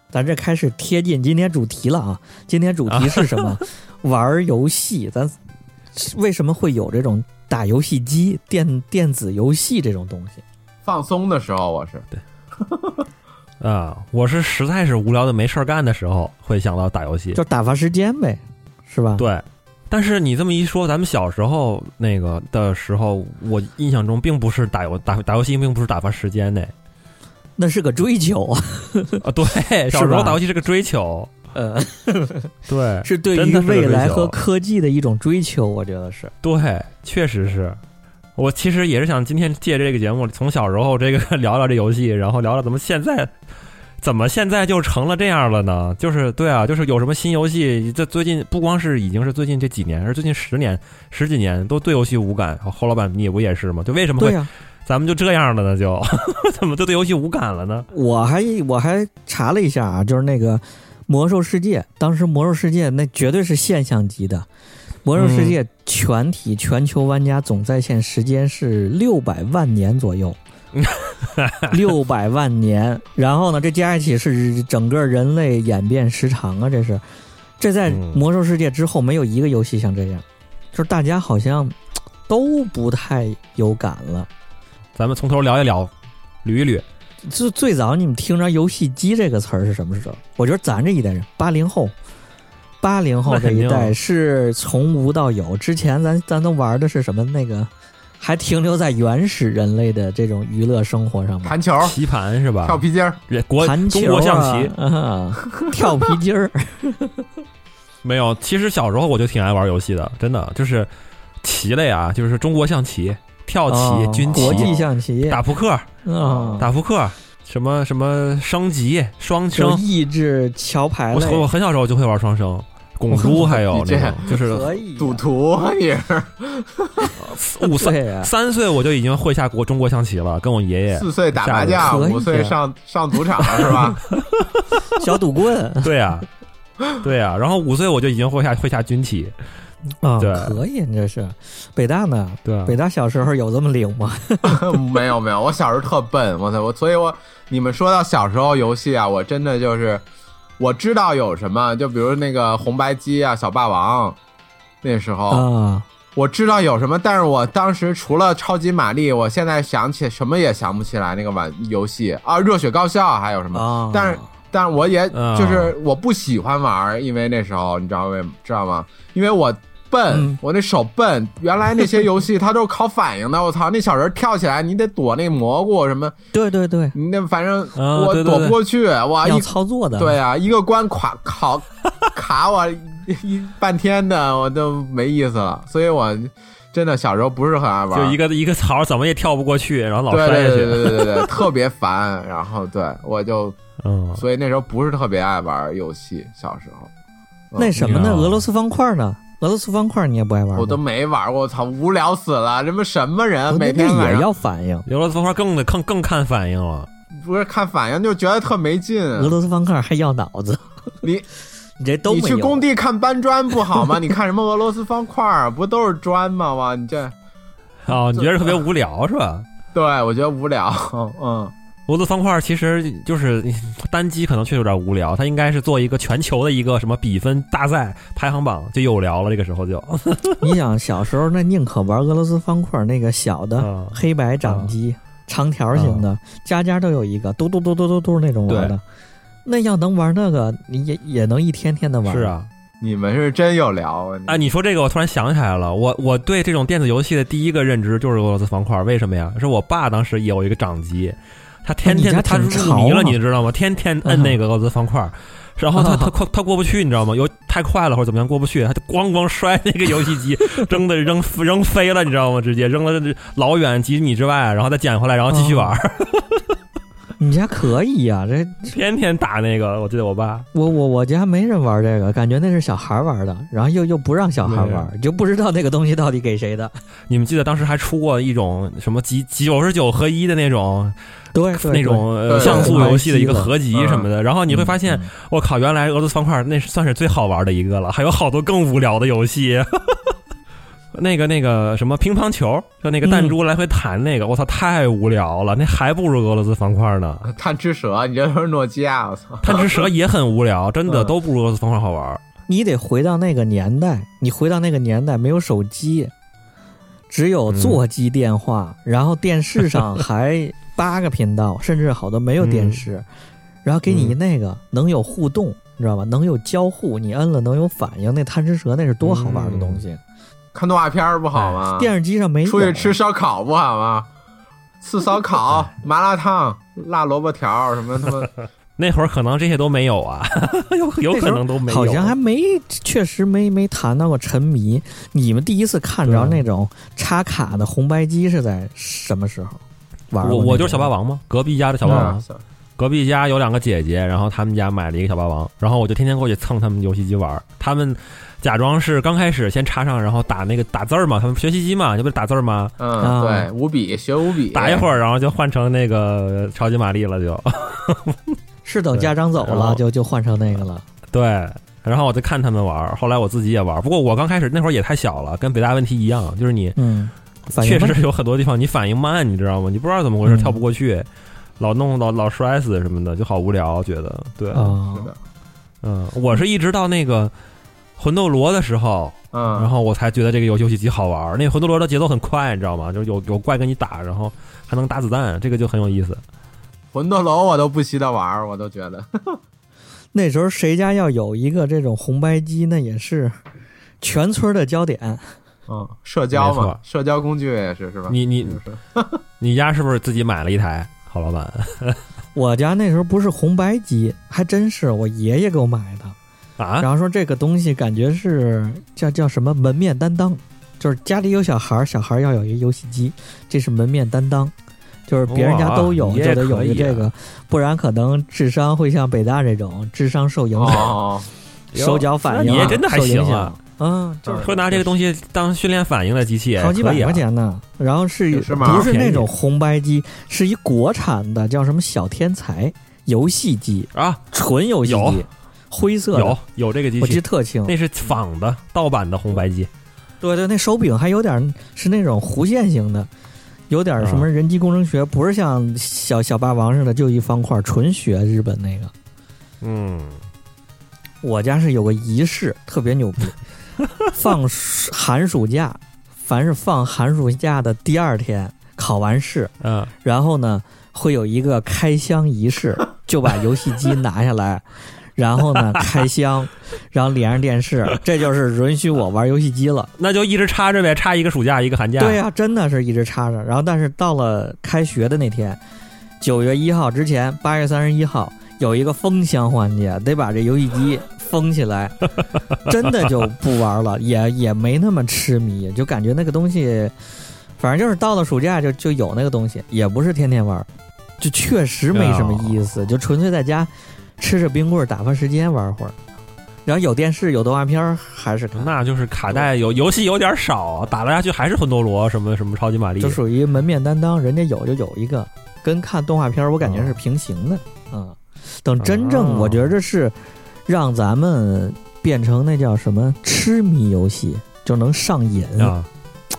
[SPEAKER 1] 咱这开始贴近今天主题了啊！今天主题是什么？ 玩游戏，咱为什么会有这种打游戏机、电电子游戏这种东西？
[SPEAKER 3] 放松的时候我是
[SPEAKER 2] 啊、我是实在是无聊的没事儿干的时候会想到打游戏，
[SPEAKER 1] 就打发时间呗，是吧？
[SPEAKER 2] 对，但是你这么一说，咱们小时候那个的时候，我印象中并不是打游打打游戏，并不是打发时间呢。
[SPEAKER 1] 那是个追求啊，
[SPEAKER 2] 啊，对， 小时
[SPEAKER 1] 吧
[SPEAKER 2] 候打游戏是个追求，
[SPEAKER 1] 呃，
[SPEAKER 2] 对
[SPEAKER 1] 是对
[SPEAKER 2] 真
[SPEAKER 1] 于
[SPEAKER 2] 的是个
[SPEAKER 1] 未来
[SPEAKER 2] 追求
[SPEAKER 1] 和科技的一种追求，我觉得是。
[SPEAKER 2] 对，确实是。我其实也是想今天借这个节目，从小时候这个聊聊这游戏，然后聊聊怎么现在。怎么现在就成了这样了呢？就是对啊，就是有什么新游戏，这最近不光是已经是最近这几年，而是最近十年、十几年都对游戏无感。侯老板，你不也是吗？就为什么
[SPEAKER 1] 对
[SPEAKER 2] 会
[SPEAKER 1] 呀、
[SPEAKER 2] 咱们就这样了呢？就 怎么就对游戏无感了呢？
[SPEAKER 1] 我还我还查了一下啊，就是那个《魔兽世界》，当时《魔兽世界》那绝对是现象级的，《魔兽世界》全体全球玩家总在线时间是六百万年左右，六百万年。然后呢，这加一起是整个人类演变时长啊，这是这在
[SPEAKER 2] 嗯
[SPEAKER 1] 《魔兽世界》之后没有一个游戏像这样，就是大家好像都不太有感了。
[SPEAKER 2] 咱们从头聊一聊，捋一捋。
[SPEAKER 1] 最最早你们听着“游戏机”这个词儿是什么时候？我觉得咱这一代人，八零后，八零后
[SPEAKER 2] 那
[SPEAKER 1] 这
[SPEAKER 2] 肯定啊
[SPEAKER 1] 一代是从无到有。之前咱咱都玩的是什么？那个还停留在原始人类的这种娱乐生活上面，
[SPEAKER 3] 弹球、
[SPEAKER 2] 棋盘是吧？
[SPEAKER 3] 跳皮筋儿，
[SPEAKER 2] 人国
[SPEAKER 1] 弹球、
[SPEAKER 2] 中
[SPEAKER 1] 啊、
[SPEAKER 2] 国象棋
[SPEAKER 1] 啊，跳皮筋 儿。
[SPEAKER 2] 没有。其实小时候我就挺爱玩游戏的，真的就是棋类啊，就是中国象棋、跳棋、
[SPEAKER 1] 哦
[SPEAKER 2] 军
[SPEAKER 1] 国
[SPEAKER 2] 棋、
[SPEAKER 1] 际象棋
[SPEAKER 2] 打扑克、
[SPEAKER 1] 啊，
[SPEAKER 2] 打扑克，什么什么升级、双
[SPEAKER 1] 就
[SPEAKER 2] 升。
[SPEAKER 1] 益智桥牌
[SPEAKER 2] 我
[SPEAKER 1] 类，
[SPEAKER 2] 我很小时候就会玩双生、拱珠，还有
[SPEAKER 3] 你这
[SPEAKER 2] 那种就是
[SPEAKER 1] 可以啊
[SPEAKER 3] 赌徒也是
[SPEAKER 2] 五三
[SPEAKER 1] 对啊呀，
[SPEAKER 2] 三岁我就已经会下国中国象棋了，跟我爷爷。
[SPEAKER 3] 四岁打麻
[SPEAKER 1] 吓
[SPEAKER 3] 将，
[SPEAKER 1] 我一跳
[SPEAKER 3] 五岁上上赌场是吧？
[SPEAKER 1] 小赌棍
[SPEAKER 2] 对呀、对呀、然后五岁我就已经会下会下军棋，
[SPEAKER 1] 啊，
[SPEAKER 2] 对
[SPEAKER 1] 可以，你这是北大呢？
[SPEAKER 2] 对啊
[SPEAKER 1] 北大小时候有这么灵吗？
[SPEAKER 3] 没有没有，我小时候特笨，我操我，所以我你们说到小时候游戏啊，我真的就是我知道有什么，就比如那个红白机啊、小霸王，那时候、
[SPEAKER 1] 啊，
[SPEAKER 3] 我知道有什么，但是我当时除了超级玛丽，我现在想起什么也想不起来那个玩游戏啊，热血高校还有什么，
[SPEAKER 1] 啊
[SPEAKER 3] 但是但是我也
[SPEAKER 2] 啊
[SPEAKER 3] 就是我不喜欢玩儿，因为那时候你知道为知道吗？因为我笨，
[SPEAKER 1] 嗯
[SPEAKER 3] 我那手笨。原来那些游戏它都是靠反应的，我操！那小人跳起来，你得躲那蘑菇什么，
[SPEAKER 1] 对对对，
[SPEAKER 3] 你那反正
[SPEAKER 2] 啊
[SPEAKER 3] 我
[SPEAKER 2] 对对
[SPEAKER 3] 躲
[SPEAKER 2] 对
[SPEAKER 3] 不过去，哇
[SPEAKER 1] 要
[SPEAKER 3] 一
[SPEAKER 1] 操作的，
[SPEAKER 3] 对啊，一个关卡卡卡我一半天的，我都没意思了。所以我真的小时候不是很爱玩儿，
[SPEAKER 2] 就一个一个槽怎么也跳不过去，然后老
[SPEAKER 3] 对
[SPEAKER 2] 摔
[SPEAKER 3] 对
[SPEAKER 2] 下去。
[SPEAKER 3] 对对对对对， 特别烦。然后对我就
[SPEAKER 2] 嗯，
[SPEAKER 3] 所以那时候不是特别爱玩儿游戏，小时候。嗯
[SPEAKER 1] 那什么呢？
[SPEAKER 2] 嗯
[SPEAKER 1] 俄罗斯方块呢？俄罗斯方块你也不爱玩吗？
[SPEAKER 3] 我都没玩过，我操，无聊死了！这不什么人，
[SPEAKER 1] 我
[SPEAKER 3] 每天
[SPEAKER 1] 那
[SPEAKER 3] 晚
[SPEAKER 1] 也
[SPEAKER 3] 上
[SPEAKER 1] 要反应。
[SPEAKER 2] 俄罗斯方块更得更更看反应了。
[SPEAKER 3] 不是看反应就觉得特没劲。
[SPEAKER 1] 俄罗斯方块还要脑子，
[SPEAKER 3] 嗯 你
[SPEAKER 1] 你这都
[SPEAKER 3] 你
[SPEAKER 1] 没有
[SPEAKER 3] 去工地看搬砖不好吗？你看什么俄罗斯方块儿，不都是砖吗？哇，你这
[SPEAKER 2] 哦，
[SPEAKER 3] 嗯
[SPEAKER 2] 你觉得特别无聊是吧？
[SPEAKER 3] 对我觉得无聊。 嗯，
[SPEAKER 2] 俄罗斯方块其实就是单机，可能确实有点无聊。它应该是做一个全球的一个什么比分大赛排行榜就有聊了。这个时候就，
[SPEAKER 3] 啊
[SPEAKER 1] 你想小时候那宁可玩俄罗斯方块那个小的
[SPEAKER 2] 嗯
[SPEAKER 1] 黑白掌机，
[SPEAKER 3] 嗯
[SPEAKER 1] 长条型的，家家都有一个，嘟嘟嘟嘟嘟嘟那种玩的。那要能玩那个，你也也能一天天的玩。
[SPEAKER 2] 是，啊。
[SPEAKER 3] 你们是真有聊啊！
[SPEAKER 2] 哎，你说这个，我突然想起来了，我我对这种电子游戏的第一个认知就是俄罗斯方块。为什么呀？是我爸当时也有一个掌机，他天天
[SPEAKER 1] 那哦你家
[SPEAKER 2] 他
[SPEAKER 1] 挺
[SPEAKER 2] 入迷
[SPEAKER 1] 潮啊
[SPEAKER 2] 了，你知道吗？天天摁那个俄罗斯方块。然后他他快他过不去，你知道吗？有太快了或者怎么样过不去，他就咣咣摔那个游戏机， 扔的扔扔飞了，你知道吗？直接扔了老远几米之外，然后再捡回来，然后继续玩。
[SPEAKER 1] 哦你家可以呀、这
[SPEAKER 2] 天天打那个，我记得我爸
[SPEAKER 1] 我我我家没人玩这个，感觉那是小孩玩的，然后又又不让小孩
[SPEAKER 2] 没
[SPEAKER 1] 玩，就不知道那个东西到底给谁的。
[SPEAKER 2] 你们记得当时还出过一种什么几九十九合一的那种
[SPEAKER 1] 对，对嗯
[SPEAKER 2] 那种
[SPEAKER 3] 对
[SPEAKER 2] 呃像素游戏的一个合集
[SPEAKER 3] 嗯
[SPEAKER 2] 什么的，然后你会发现，我靠，原来俄罗斯方块那是算是最好玩的一个了，还有好多更无聊的游戏。 那个那个什么乒乓球，就那个
[SPEAKER 1] 嗯
[SPEAKER 2] 弹珠来回弹那个，我操，太无聊了，那还不如俄罗斯方块 呢。
[SPEAKER 3] 贪吃蛇，你这都是诺基亚，我操！
[SPEAKER 2] 贪吃蛇也很无聊，真
[SPEAKER 1] 嗯
[SPEAKER 2] 的都不如俄罗斯方块好玩。
[SPEAKER 1] 你得回到那个年代，你回到那个年代没有手机，只有
[SPEAKER 2] 嗯
[SPEAKER 1] 座机电话，然后电视 上还八个频道，甚至好多没有
[SPEAKER 2] 嗯
[SPEAKER 1] 电视，然后给你那个、能有互动，你知道吧？能有交互，你摁了能有反应，那贪吃蛇那是多好玩的
[SPEAKER 2] 嗯
[SPEAKER 1] 东西。
[SPEAKER 3] 看动画片儿不好
[SPEAKER 2] 哎
[SPEAKER 3] 吗？
[SPEAKER 1] 电视机上没有
[SPEAKER 3] 出去吃烧烤 不好吗？吃烧烤、麻辣烫、辣萝卜条儿什么他妈
[SPEAKER 2] 那会儿可能这些都没有啊， 有有可能都没有。
[SPEAKER 1] 好
[SPEAKER 2] 啊
[SPEAKER 1] 像还没，确实没没谈到过沉迷。你们第一次看着那种插卡的红白机是在什么时候玩
[SPEAKER 2] 我
[SPEAKER 1] 过那种？
[SPEAKER 2] 我就是小霸王嘛，隔壁家的小霸王，
[SPEAKER 3] 嗯
[SPEAKER 2] 隔壁家有两个姐姐，然后他们家买了一个小霸王，然后我就天天过去蹭他们游戏机玩儿。他们假装是刚开始先插上，然后打那个打字儿嘛，他们学习机嘛，这不是打字 儿吗？
[SPEAKER 3] 嗯，
[SPEAKER 1] 啊
[SPEAKER 3] 对，五笔学五笔，
[SPEAKER 2] 打一会儿，然后就换成那个超级玛丽了，就
[SPEAKER 1] 是等家长走
[SPEAKER 2] 对然后
[SPEAKER 1] 了就就换成那个了。
[SPEAKER 2] 对。然后我就看他们玩儿，后来我自己也玩儿。不过我刚开始那会儿也太小了，跟北大问题一样，就是你
[SPEAKER 1] 嗯，反应
[SPEAKER 2] 确
[SPEAKER 1] 慢
[SPEAKER 2] 实有很多地方你反应慢，你知道吗？你不知道怎么回事，
[SPEAKER 1] 嗯
[SPEAKER 2] 跳不过去，老弄老老摔死什么的，就好无聊，觉得对，
[SPEAKER 1] 啊
[SPEAKER 3] 是，的，
[SPEAKER 2] 嗯，我是一直到那个魂斗罗的时候，然
[SPEAKER 3] 嗯，
[SPEAKER 2] 后我才觉得这个游戏机好玩儿。那个魂斗罗的节奏很快，你知道吗？就是有有怪跟你打，然后还能打子弹，这个就很有意思。
[SPEAKER 3] 魂斗罗我都不稀得玩儿，我都觉 得，
[SPEAKER 1] 那时候谁家要有一个这种红白机，那也是全村的焦点。
[SPEAKER 3] 嗯，社交
[SPEAKER 2] 没
[SPEAKER 3] 嘛
[SPEAKER 2] 错，
[SPEAKER 3] 社交工具也是是吧？
[SPEAKER 2] 你你
[SPEAKER 3] 就是
[SPEAKER 2] 你家是不是自己买了一台？郝老板
[SPEAKER 1] 我家那时候不是红白机，还真是我爷爷给我买的。
[SPEAKER 2] 啊，
[SPEAKER 1] 然后说这个东西感觉是叫叫什么门面担当，就是家里有小孩儿，小孩儿要有一个游戏机，这是门面担当，就是别人家都有
[SPEAKER 2] 哇
[SPEAKER 1] 就
[SPEAKER 2] 你也
[SPEAKER 1] 得有一个
[SPEAKER 2] 可以啊
[SPEAKER 1] 这个，不然可能智商会像北大这种智商受影
[SPEAKER 3] 哦
[SPEAKER 1] 响，
[SPEAKER 3] 哦， 哦
[SPEAKER 1] 手脚反应
[SPEAKER 2] 你
[SPEAKER 1] 啊
[SPEAKER 2] 也真的还
[SPEAKER 1] 受影
[SPEAKER 2] 行
[SPEAKER 1] 响
[SPEAKER 2] 啊，
[SPEAKER 1] 嗯，就是
[SPEAKER 2] 说拿这个东西当训练反应的机器，
[SPEAKER 1] 好几
[SPEAKER 2] 可
[SPEAKER 1] 百
[SPEAKER 2] 以啊
[SPEAKER 1] 块钱呢。然后是
[SPEAKER 3] 是吗
[SPEAKER 1] 不是
[SPEAKER 2] 便宜
[SPEAKER 1] 那种红白机，是一国产的，叫什么小天才游戏机，
[SPEAKER 2] 啊，
[SPEAKER 1] 纯游戏
[SPEAKER 2] 有
[SPEAKER 1] 机，灰色的
[SPEAKER 2] 有，有这个机
[SPEAKER 1] 我记得
[SPEAKER 2] 器，
[SPEAKER 1] 特清。
[SPEAKER 2] 那是仿的盗版的红白机。
[SPEAKER 1] 对对，那手柄还有点是那种弧线型的，有点什么人机工程学，不是像小小霸王似的就一方块，纯学日本那个。
[SPEAKER 2] 嗯，
[SPEAKER 1] 我家是有个仪式，特别牛逼，放暑寒暑假，凡是放寒暑假的第二天考完试，
[SPEAKER 2] 嗯，
[SPEAKER 1] 然后呢会有一个开箱仪式，就把游戏机拿下来。然后呢，开箱，然后连上电视，这就是允许我玩游戏机了。
[SPEAKER 2] 那就一直插着呗，插一个暑假，一个寒假。
[SPEAKER 1] 对呀、真的是一直插着。然后，但是到了开学的那天，九月一号之前，八月三十一号有一个封箱环节，得把这游戏机封起来，真的就不玩了，也也没那么痴迷，就感觉那个东西，反正就是到了暑假就就有那个东西，也不是天天玩，就确实没什么意思，就纯粹在家吃着冰棍儿打发时间玩会儿。然后有电视有动画片儿还是看，
[SPEAKER 2] 那就是卡带有游戏有点少，啊打了下去还是魂斗罗什么什么超级玛丽
[SPEAKER 1] 就，属于门面担当，人家有就有一个，跟看动画片儿我
[SPEAKER 2] 啊
[SPEAKER 1] 感觉是平行的。嗯，等真正
[SPEAKER 2] 哦
[SPEAKER 1] 我觉着是让咱们变成那叫什么痴迷游戏，就能上瘾，
[SPEAKER 2] 啊，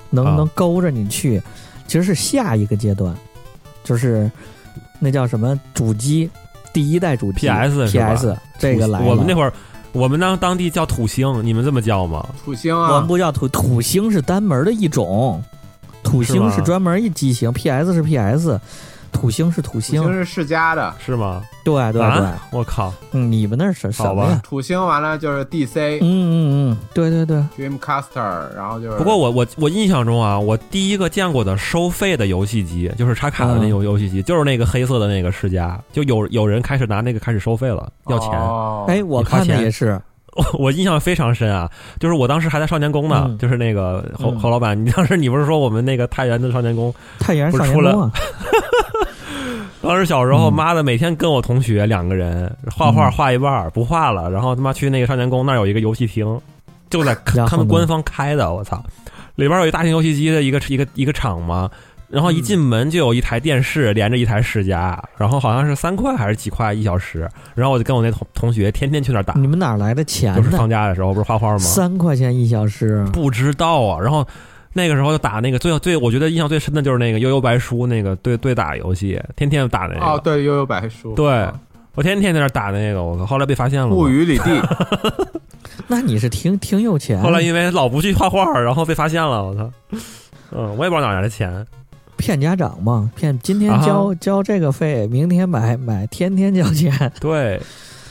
[SPEAKER 1] 能
[SPEAKER 2] 啊
[SPEAKER 1] 能勾着你去，其实是下一个阶段，就是那叫什么主机。第一代主机
[SPEAKER 2] PS 是吧
[SPEAKER 1] PS 这个来了，
[SPEAKER 2] 我们那会儿，我们当当地叫土星，你们这么叫吗？
[SPEAKER 3] 土星
[SPEAKER 1] 我们
[SPEAKER 3] 啊，
[SPEAKER 1] 不叫土土星是单门的一种，土
[SPEAKER 2] 是
[SPEAKER 1] 星
[SPEAKER 2] 吗
[SPEAKER 1] 是专门一机型，PS 是 PS，土星是土
[SPEAKER 3] 土星
[SPEAKER 1] 星，
[SPEAKER 3] 是世嘉的，
[SPEAKER 2] 是吗？
[SPEAKER 1] 对对对
[SPEAKER 2] 啊，我靠，
[SPEAKER 1] 嗯，你们那是什
[SPEAKER 2] 好
[SPEAKER 1] 么
[SPEAKER 2] 吧
[SPEAKER 1] 呀？
[SPEAKER 3] 土星完了就是 DC
[SPEAKER 1] 嗯嗯嗯，对对对，
[SPEAKER 2] 哦
[SPEAKER 3] Dreamcaster，然后就是
[SPEAKER 2] 不过我我我印象中啊，我第一个见过的收费的游戏机，就是插卡的
[SPEAKER 1] 嗯
[SPEAKER 2] 那种游戏机，就是那个黑色的那个世嘉，就有有人开始拿那个开始收费了，要钱。
[SPEAKER 3] 哦
[SPEAKER 1] 哎，我
[SPEAKER 2] 你花
[SPEAKER 1] 看的
[SPEAKER 2] 钱
[SPEAKER 1] 也是，
[SPEAKER 2] 我印象非常深啊，就是我当时还在少年宫呢，
[SPEAKER 1] 嗯
[SPEAKER 2] 就是那个侯
[SPEAKER 1] 嗯
[SPEAKER 2] 侯老板，你当时你不是说我们那个太原的少年宫
[SPEAKER 1] 太原
[SPEAKER 2] 不是
[SPEAKER 1] 少年
[SPEAKER 2] 出了
[SPEAKER 1] 宫啊，
[SPEAKER 2] 当时小时候，
[SPEAKER 1] 嗯
[SPEAKER 2] 妈的，每天跟我同学两个人画画
[SPEAKER 1] 嗯
[SPEAKER 2] 画一半儿不画了，然后他妈去那个少年宫那儿有一个游戏厅，就在
[SPEAKER 1] 然后呢
[SPEAKER 2] 他们官方开的，我操，里边有一大型游戏机的一个一个一个厂嘛，然后一
[SPEAKER 1] 嗯
[SPEAKER 2] 进门就有一台电视连着一台世嘉，然后好像是三块还是几块一小时，然后我就跟我那同同学天天去那儿打，
[SPEAKER 1] 你们哪来的钱
[SPEAKER 2] 就是
[SPEAKER 1] 呢？
[SPEAKER 2] 放假的时候不是画画吗？
[SPEAKER 1] 三块钱一小时，
[SPEAKER 2] 不知道啊，然后。那个时候就打那个最最，我觉得印象最深的就是那个悠悠白书那个对对打游戏，天天打那个。
[SPEAKER 3] 哦对悠悠白书
[SPEAKER 2] 对嗯我天天在那儿打那个，我后来被发现了嘛。
[SPEAKER 3] 物语里地
[SPEAKER 1] 那你是挺挺有钱
[SPEAKER 2] 后，来因为老不去画画，然后被发现了，我操！嗯，我也不知道哪来的钱，
[SPEAKER 1] 骗家长嘛？骗今天
[SPEAKER 2] 啊哈
[SPEAKER 1] 交交这个费，明天买买，天天交钱，
[SPEAKER 2] 对，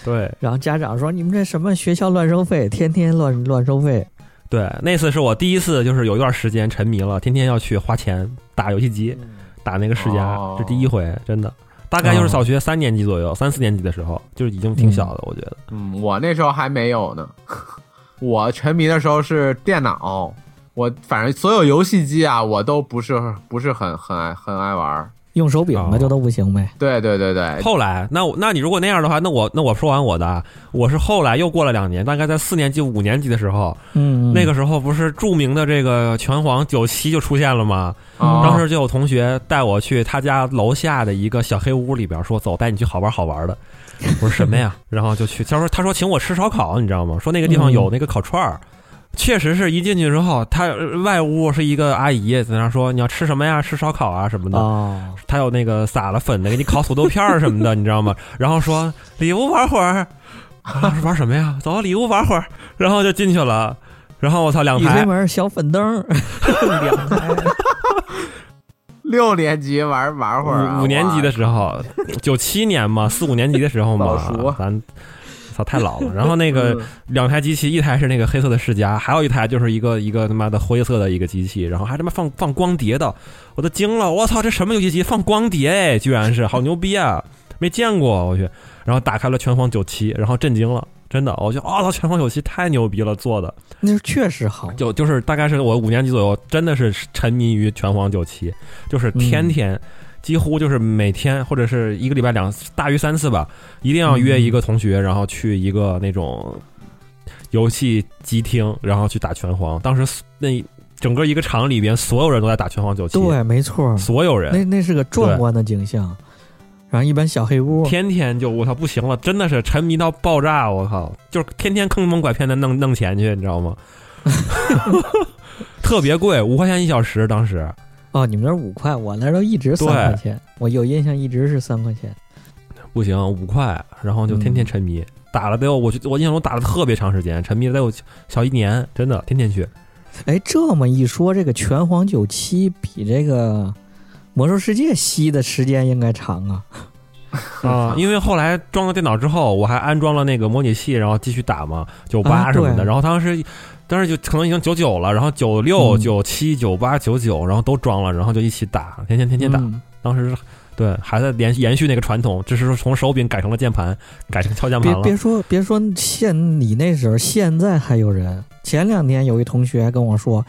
[SPEAKER 2] 对，
[SPEAKER 1] 然后家长说你们这什么学校乱收费，天天乱乱收费，
[SPEAKER 2] 对。那次是我第一次，就是有一段时间沉迷了，天天要去花钱打游戏机，打那个世嘉
[SPEAKER 3] 嗯哦，
[SPEAKER 2] 这第一回，真的。大概就是小学三年级左右，三四年级的时候，就是已经挺小的，我觉得。
[SPEAKER 3] 嗯，我那时候还没有呢， 我沉迷的时候是电脑，我反正所有游戏机啊，我都不是不是很很爱很爱玩儿。
[SPEAKER 1] 用手柄
[SPEAKER 2] 哦
[SPEAKER 1] 的就都不行呗。
[SPEAKER 3] 对对对对，
[SPEAKER 2] 后来，那我那你如果那样的话，那我那我说完我的啊，我是后来又过了两年，大概在四年级、五年级的时候，
[SPEAKER 1] 嗯，嗯
[SPEAKER 2] 那个时候不是著名的这个拳皇九七就出现了吗？
[SPEAKER 3] 哦
[SPEAKER 2] 当时就有同学带我去他家楼下的一个小黑屋里边，说走，带你去好玩好玩的。我说什么呀？然后就去，他说他说请我吃烧烤，你知道吗？说那个地方有那个烤串儿。确实是一进去之后，他呃外屋是一个阿姨在那说你要吃什么呀？吃烧烤啊什么的。
[SPEAKER 1] 哦，
[SPEAKER 2] 他有那个撒了粉的，给你烤土豆片儿什么的，你知道吗？然后说里屋玩会儿，我说玩什么呀？走，里屋玩会儿，然后就进去了。然后我操，两
[SPEAKER 1] 一推
[SPEAKER 2] 排
[SPEAKER 1] 门小粉灯儿， 两台
[SPEAKER 3] 六年级玩玩会儿啊、
[SPEAKER 2] 五五年级的
[SPEAKER 3] 哇
[SPEAKER 2] 时候，九七年嘛，四五年级的时候
[SPEAKER 3] 老熟
[SPEAKER 2] 嘛
[SPEAKER 3] 啊，
[SPEAKER 2] 咱操太老了。然后那个
[SPEAKER 3] 嗯
[SPEAKER 2] 两台机器，一台是那个黑色的世嘉，还有一台就是一个一个他妈的灰色的一个机器，然后还他妈放放光碟的，我都惊了！我操，这什么游戏机放光碟哎，居然是好牛逼啊！没见过，我去。然后打开了《拳皇九七》，然后震惊了，真的，我就啊，操、拳皇九七》太牛逼了，做的
[SPEAKER 1] 那是确实好。
[SPEAKER 2] 就就是大概是我五年级左右，真的是沉迷于《拳皇九七》，就是
[SPEAKER 1] 嗯
[SPEAKER 2] 天天。几乎就是每天或者是一个礼拜两大于三次吧，一定要约
[SPEAKER 1] 嗯
[SPEAKER 2] 一个同学，然后去一个那种游戏机厅，然后去打拳皇。当时那整个一个场里边，所有人都在打拳皇九七，
[SPEAKER 1] 对，没错，
[SPEAKER 2] 所有人
[SPEAKER 1] 那那是个壮观的景象。然后一般小黑屋，
[SPEAKER 2] 天天就我操不行了，真的是沉迷到爆炸，我靠，就是天天坑蒙拐骗的弄弄钱去，你知道吗？ 特别贵，五块钱一小时，当时
[SPEAKER 1] 哦，你们那儿五块，我那儿都一直三
[SPEAKER 2] 对
[SPEAKER 1] 块钱。我有印象，一直是三块钱。
[SPEAKER 2] 不行五块，然后就天天沉迷，打了得有我去我印象中打了特别长时间，沉迷了得有小一年，真的天天去。
[SPEAKER 1] 哎，这么一说，这个《拳皇九七》比这个《魔兽世界》吸的时间应该长啊。
[SPEAKER 2] 啊，因为后来装了电脑之后，我还安装了那个模拟器，然后继续打嘛，九八
[SPEAKER 1] 啊
[SPEAKER 2] 什么的。
[SPEAKER 1] 对
[SPEAKER 2] 然后当时，当时就可能已经九九了，然后九六、
[SPEAKER 1] 嗯
[SPEAKER 2] 九七、九八、九九，然后都装了，然后就一起打，天天天天打。
[SPEAKER 1] 嗯
[SPEAKER 2] 当时对还在延延续那个传统，只是说从手柄改成了键盘，改成敲键
[SPEAKER 1] 别
[SPEAKER 2] 盘了。
[SPEAKER 1] 别说别说现你那时候，现在还有人。前两天有一同学跟我说，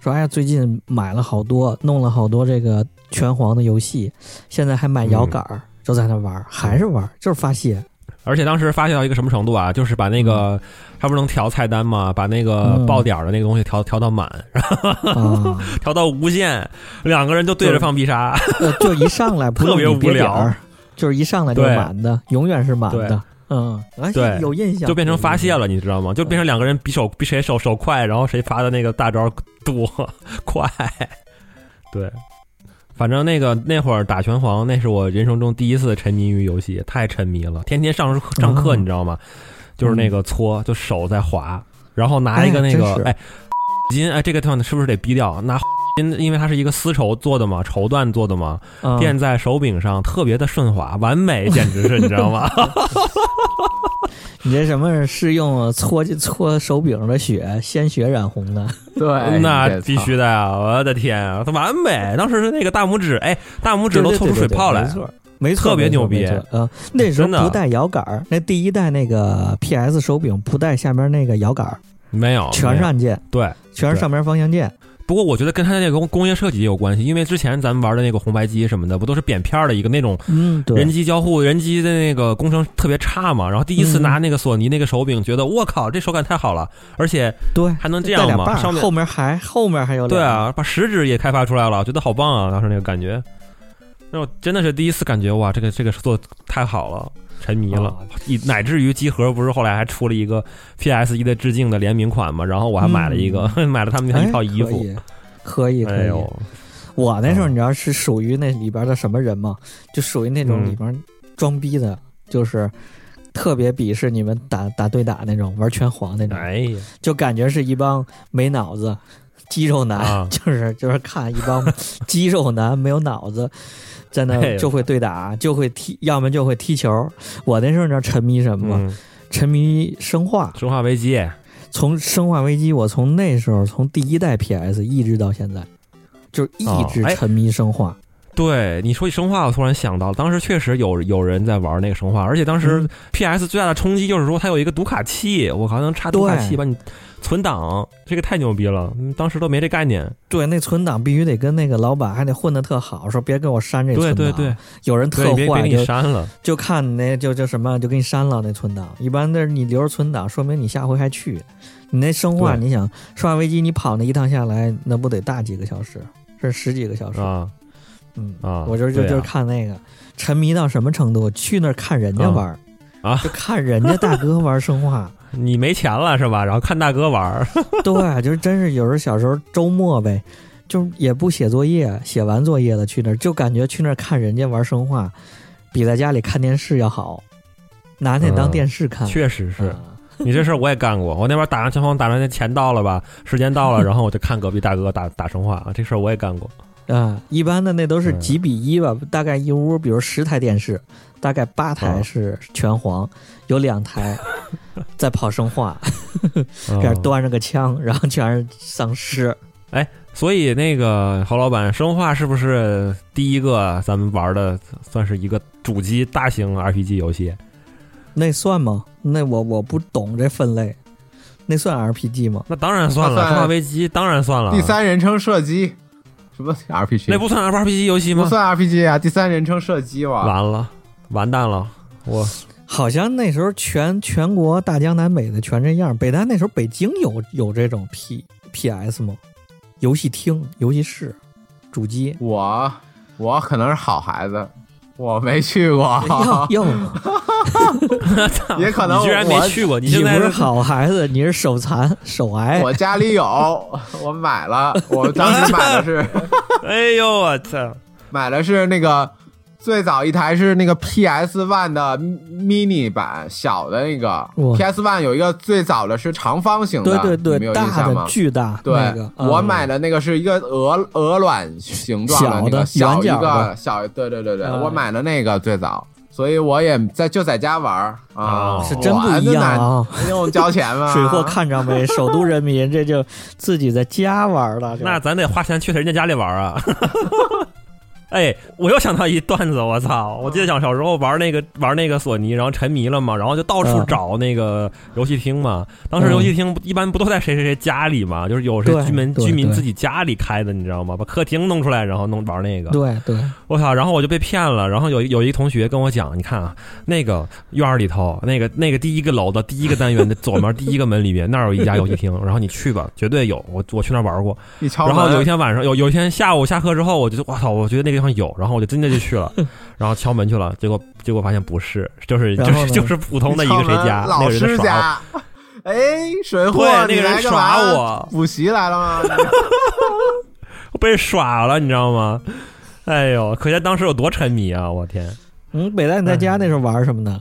[SPEAKER 1] 说哎呀，最近买了好多，弄了好多这个拳皇的游戏，现在还买
[SPEAKER 2] 嗯
[SPEAKER 1] 摇杆儿，就在那玩儿，还是玩儿，就是发 泄。
[SPEAKER 2] 而且当时发泄到一个什么程度啊？就是把那个，它不是能调菜单吗？把那个
[SPEAKER 1] 嗯
[SPEAKER 2] 爆点儿的那个东西调调到满，
[SPEAKER 1] 啊，
[SPEAKER 2] 调到无限，两个人就对着放必杀。
[SPEAKER 1] 呃，就一上来不
[SPEAKER 2] 特
[SPEAKER 1] 用
[SPEAKER 2] 别
[SPEAKER 1] 你别
[SPEAKER 2] 无聊
[SPEAKER 1] 点儿，就是一上来就是
[SPEAKER 2] 对
[SPEAKER 1] 满的，永远是满的。嗯，哎
[SPEAKER 2] 对
[SPEAKER 1] 有印象，
[SPEAKER 2] 就变成发泄
[SPEAKER 1] 了。
[SPEAKER 2] 了，你知道吗？就变成两个人比手比谁手手快，然后谁发的那个大招多 快。对，反正那个那会儿打拳皇，那是我人生中第一次沉迷于游戏，太沉迷了，天天上上课，
[SPEAKER 1] 哦
[SPEAKER 2] 你知道吗？就是那个搓，就手在滑，然后拿一个
[SPEAKER 1] 哎
[SPEAKER 2] 那
[SPEAKER 1] 真
[SPEAKER 2] 个
[SPEAKER 1] 是
[SPEAKER 2] 哎金哎，这个地方是不是得逼掉？拿金，因为它是一个丝绸做的嘛，绸缎做的嘛，
[SPEAKER 1] 嗯
[SPEAKER 2] 垫在手柄上，特别的顺滑，完美，简直是，你知道吗？
[SPEAKER 1] 你这什么是用搓搓手柄的血，鲜血染红的？哎
[SPEAKER 3] 对，
[SPEAKER 2] 那
[SPEAKER 3] 这
[SPEAKER 2] 必须的呀！我的天啊，它完美！当时是那个大拇指，哎，大拇指
[SPEAKER 1] 对
[SPEAKER 2] 都
[SPEAKER 1] 对
[SPEAKER 2] 搓
[SPEAKER 1] 对
[SPEAKER 2] 出
[SPEAKER 1] 对
[SPEAKER 2] 水
[SPEAKER 1] 对
[SPEAKER 2] 泡来
[SPEAKER 1] 没，错，没错，
[SPEAKER 2] 特别
[SPEAKER 1] 没错
[SPEAKER 2] 牛逼
[SPEAKER 1] 没错嗯，那时候
[SPEAKER 2] 真的
[SPEAKER 1] 不带摇杆儿，那第一代那个 PS 手柄不带下面那个摇杆儿，
[SPEAKER 2] 没有，
[SPEAKER 1] 全
[SPEAKER 2] 没
[SPEAKER 1] 是
[SPEAKER 2] 有
[SPEAKER 1] 按键，
[SPEAKER 2] 哦对。
[SPEAKER 1] 全是上面方向键。
[SPEAKER 2] 不过我觉得跟它的那个工工业设计也有关系，因为之前咱们玩的那个红白机什么的，不都是扁片儿的一个那种
[SPEAKER 1] 嗯，对，
[SPEAKER 2] 人机交互、人机的那个工程特别差嘛？然后第一次
[SPEAKER 1] 嗯
[SPEAKER 2] 拿那个索尼那个手柄，觉得我靠，这手感太好了，而且
[SPEAKER 1] 对，
[SPEAKER 2] 还能这
[SPEAKER 1] 带
[SPEAKER 2] 样
[SPEAKER 1] 俩把
[SPEAKER 2] 吗？
[SPEAKER 1] 儿
[SPEAKER 2] 上面
[SPEAKER 1] 后面还后面还有俩
[SPEAKER 2] 对，啊，把食指也开发出来了，觉得好棒啊！当时那个感觉，那我真的是第一次感觉哇，这个这个做的太好了，沉迷了
[SPEAKER 1] 啊，
[SPEAKER 2] 以乃至于集合不是后来还出了一个 PS 一的致敬的联名款嘛，然后我还买了一个， 买了他们家
[SPEAKER 1] 哎
[SPEAKER 2] 一套衣
[SPEAKER 1] 可
[SPEAKER 2] 服，
[SPEAKER 1] 以可以可
[SPEAKER 2] 哎
[SPEAKER 1] 以，
[SPEAKER 2] 呦，
[SPEAKER 1] 我那时候
[SPEAKER 2] 嗯
[SPEAKER 1] 你知道是属于那里边的什么人吗？就属于那种
[SPEAKER 2] 嗯
[SPEAKER 1] 里边装逼的，就是特别鄙视你们打打对打那种，玩拳皇那种，
[SPEAKER 2] 哎呀，
[SPEAKER 1] 就感觉是一帮没脑子。肌肉男、
[SPEAKER 2] 啊
[SPEAKER 1] 就是就是看一帮肌肉男没有脑子，在
[SPEAKER 2] 哎
[SPEAKER 1] 那
[SPEAKER 2] 呦
[SPEAKER 1] 就会对打，就会踢，要么就会踢球。我那时候你知道沉迷什么吗？
[SPEAKER 2] 嗯，
[SPEAKER 1] 沉迷生化，
[SPEAKER 2] 生化危机，
[SPEAKER 1] 从《生化危机》，我从那时候从第一代 PS 一直到现在，就是一直
[SPEAKER 2] 哦哎
[SPEAKER 1] 沉迷生化。
[SPEAKER 2] 对你说起生化，我突然想到了，当时确实有有人在玩那个生化，而且当时
[SPEAKER 1] 嗯
[SPEAKER 2] PS 最大的冲击就是说它有一个读卡器，我靠，能插读卡器
[SPEAKER 1] 对
[SPEAKER 2] 把你存档，这个太牛逼了，嗯当时都没这概念。
[SPEAKER 1] 对，那存档必须得跟那个老板还得混得特好，说别给我删这
[SPEAKER 2] 对
[SPEAKER 1] 存档。
[SPEAKER 2] 对 对，，
[SPEAKER 1] 有人
[SPEAKER 2] 对
[SPEAKER 1] 特
[SPEAKER 2] 别别
[SPEAKER 1] 坏
[SPEAKER 2] 给你
[SPEAKER 1] 就
[SPEAKER 2] 删了。
[SPEAKER 1] 就看你那就就什么就给你删了那存档。一般的你留着存档，说明你下回还去。你那生化，
[SPEAKER 2] 对
[SPEAKER 1] 你想生化危机，你跑那一趟下来，那不得大几个小时，甚至十几个小时？
[SPEAKER 2] 啊
[SPEAKER 1] 嗯，
[SPEAKER 2] 啊！
[SPEAKER 1] 我就就
[SPEAKER 2] 对啊
[SPEAKER 1] 就是看那个，沉迷到什么程度？去那儿看人家玩儿
[SPEAKER 2] 啊
[SPEAKER 1] 就看人家大哥玩生化。
[SPEAKER 2] 你没钱了是吧？然后看大哥玩儿，
[SPEAKER 1] 对，就是真是有时候小时候周末呗，就是也不写作业，写完作业了去那儿，就感觉去那儿看人家玩生化，比在家里看电视要好，拿那当
[SPEAKER 2] 嗯
[SPEAKER 1] 电视看。
[SPEAKER 2] 确实是
[SPEAKER 1] 啊
[SPEAKER 2] 你这事儿我也干过。我那边打完拳皇，打完那钱到了吧，时间 到了，然后我就看隔壁大哥打打生化啊，这事儿我也干过。
[SPEAKER 1] 啊，一般的那都
[SPEAKER 2] 嗯
[SPEAKER 1] 是几比一吧，大概一屋，比如十台电视，大概八台
[SPEAKER 2] 嗯
[SPEAKER 1] 是拳皇，有两 台在跑生化，
[SPEAKER 2] 这
[SPEAKER 1] 这
[SPEAKER 2] 嗯
[SPEAKER 1] 样端着个枪，然后全是丧尸。
[SPEAKER 2] 所以那个侯老板，生化是不是第一个咱们玩的算是一个主机大型 RPG 游戏？
[SPEAKER 1] 那算吗？那我我不懂这分类，那算 RPG 吗？
[SPEAKER 2] 那当然算
[SPEAKER 3] 那
[SPEAKER 2] 了，
[SPEAKER 3] 算
[SPEAKER 2] 生化危机当然算了。
[SPEAKER 3] 第三人称射击，什么 RPG？
[SPEAKER 2] 啊那不算 RPG 游戏
[SPEAKER 3] 不
[SPEAKER 2] 吗？
[SPEAKER 3] 算 RPG 啊，第三人称射击哇。
[SPEAKER 2] 完了，完蛋了，我
[SPEAKER 1] 好像那时候全全国大江南北的全这样。北单那时候北京有有这种 P PS 吗？游戏厅、游戏室、主 机。
[SPEAKER 3] 我我可能是好孩子，我没去
[SPEAKER 1] 哟
[SPEAKER 3] 过，
[SPEAKER 1] 哟，
[SPEAKER 3] 也可能
[SPEAKER 2] 哎你居然没
[SPEAKER 3] 我
[SPEAKER 2] 去 过，你
[SPEAKER 1] 你
[SPEAKER 2] 现
[SPEAKER 1] 不
[SPEAKER 2] 在
[SPEAKER 1] 是好孩子，你是手残手癌。
[SPEAKER 3] 我家里有， 我买了，我当时买 的是
[SPEAKER 2] 哎呦我操！
[SPEAKER 3] 买的是那个最早一台是那个 PS One 的 mini 版，小的那个
[SPEAKER 1] 哇
[SPEAKER 3] PS One 有一个最早的是长方形
[SPEAKER 1] 对对
[SPEAKER 3] 的，你们有
[SPEAKER 1] 对，
[SPEAKER 3] 印
[SPEAKER 1] 大
[SPEAKER 3] 象
[SPEAKER 1] 的
[SPEAKER 3] 吗？
[SPEAKER 1] 巨大
[SPEAKER 3] 对，
[SPEAKER 1] 那个，
[SPEAKER 3] 我
[SPEAKER 1] 嗯
[SPEAKER 3] 买的那个是一个鹅鹅卵形状那个
[SPEAKER 1] 小
[SPEAKER 3] 小
[SPEAKER 1] 的
[SPEAKER 3] 一
[SPEAKER 1] 圆角
[SPEAKER 3] 个
[SPEAKER 1] 的
[SPEAKER 3] 小，对对对对，
[SPEAKER 1] 嗯
[SPEAKER 3] 我买的那个最早，所以我也在就在家玩儿啊
[SPEAKER 2] 哦，
[SPEAKER 1] 是真不一样啊！
[SPEAKER 3] 不用交钱吗？
[SPEAKER 1] 水货看着
[SPEAKER 3] 啊
[SPEAKER 1] 没？首都人民这就自己在家玩 了，这
[SPEAKER 2] 那咱得花钱去人家家里玩啊。 哎，我又想到一段子，我操！我记
[SPEAKER 1] 嗯
[SPEAKER 2] 得小小时候玩那个玩那个索尼，然后沉迷了嘛，然后就到处
[SPEAKER 1] 嗯
[SPEAKER 2] 找那个游戏厅嘛。当时游戏厅不一般不都在谁谁谁家里嘛，就是有谁
[SPEAKER 1] 对
[SPEAKER 2] 居民
[SPEAKER 1] 对
[SPEAKER 2] 居民
[SPEAKER 1] 对
[SPEAKER 2] 自己家里开的，你知道吗？把客厅弄出来，然后弄玩那 个。
[SPEAKER 1] 对对，
[SPEAKER 2] 我操！然后我就被骗了。然后有一有一同学跟我讲，你看啊，那个院儿里头，那个那个第一个楼的第一个单元的 左面第一个门里面，那儿有一家游戏厅，然后你去吧，绝对有。我我去那儿玩过。
[SPEAKER 3] 一敲
[SPEAKER 2] 然后有一
[SPEAKER 3] 门，
[SPEAKER 2] 天晚上，有有一天下午下课之后，我就我操，我觉得那个地方有，然后我就真的就 去了，然后敲门去了，结果结果发现不是，就是就
[SPEAKER 1] 然后
[SPEAKER 2] 是
[SPEAKER 1] 呢
[SPEAKER 2] 就是普通的一个谁
[SPEAKER 3] 一敲
[SPEAKER 2] 家那
[SPEAKER 3] 门，老
[SPEAKER 2] 个人在
[SPEAKER 3] 师
[SPEAKER 2] 耍
[SPEAKER 3] 家，哎，水
[SPEAKER 2] 我，
[SPEAKER 3] 货，
[SPEAKER 2] 对，
[SPEAKER 3] 你
[SPEAKER 2] 那个
[SPEAKER 3] 来
[SPEAKER 2] 人
[SPEAKER 3] 干
[SPEAKER 2] 耍
[SPEAKER 3] 嘛，
[SPEAKER 2] 我，
[SPEAKER 3] 补习来了吗？
[SPEAKER 2] 我被耍了，你知道吗？哎呦，可见当时有多沉迷啊！我天，
[SPEAKER 1] 嗯，北大你在家那时候玩什么呢？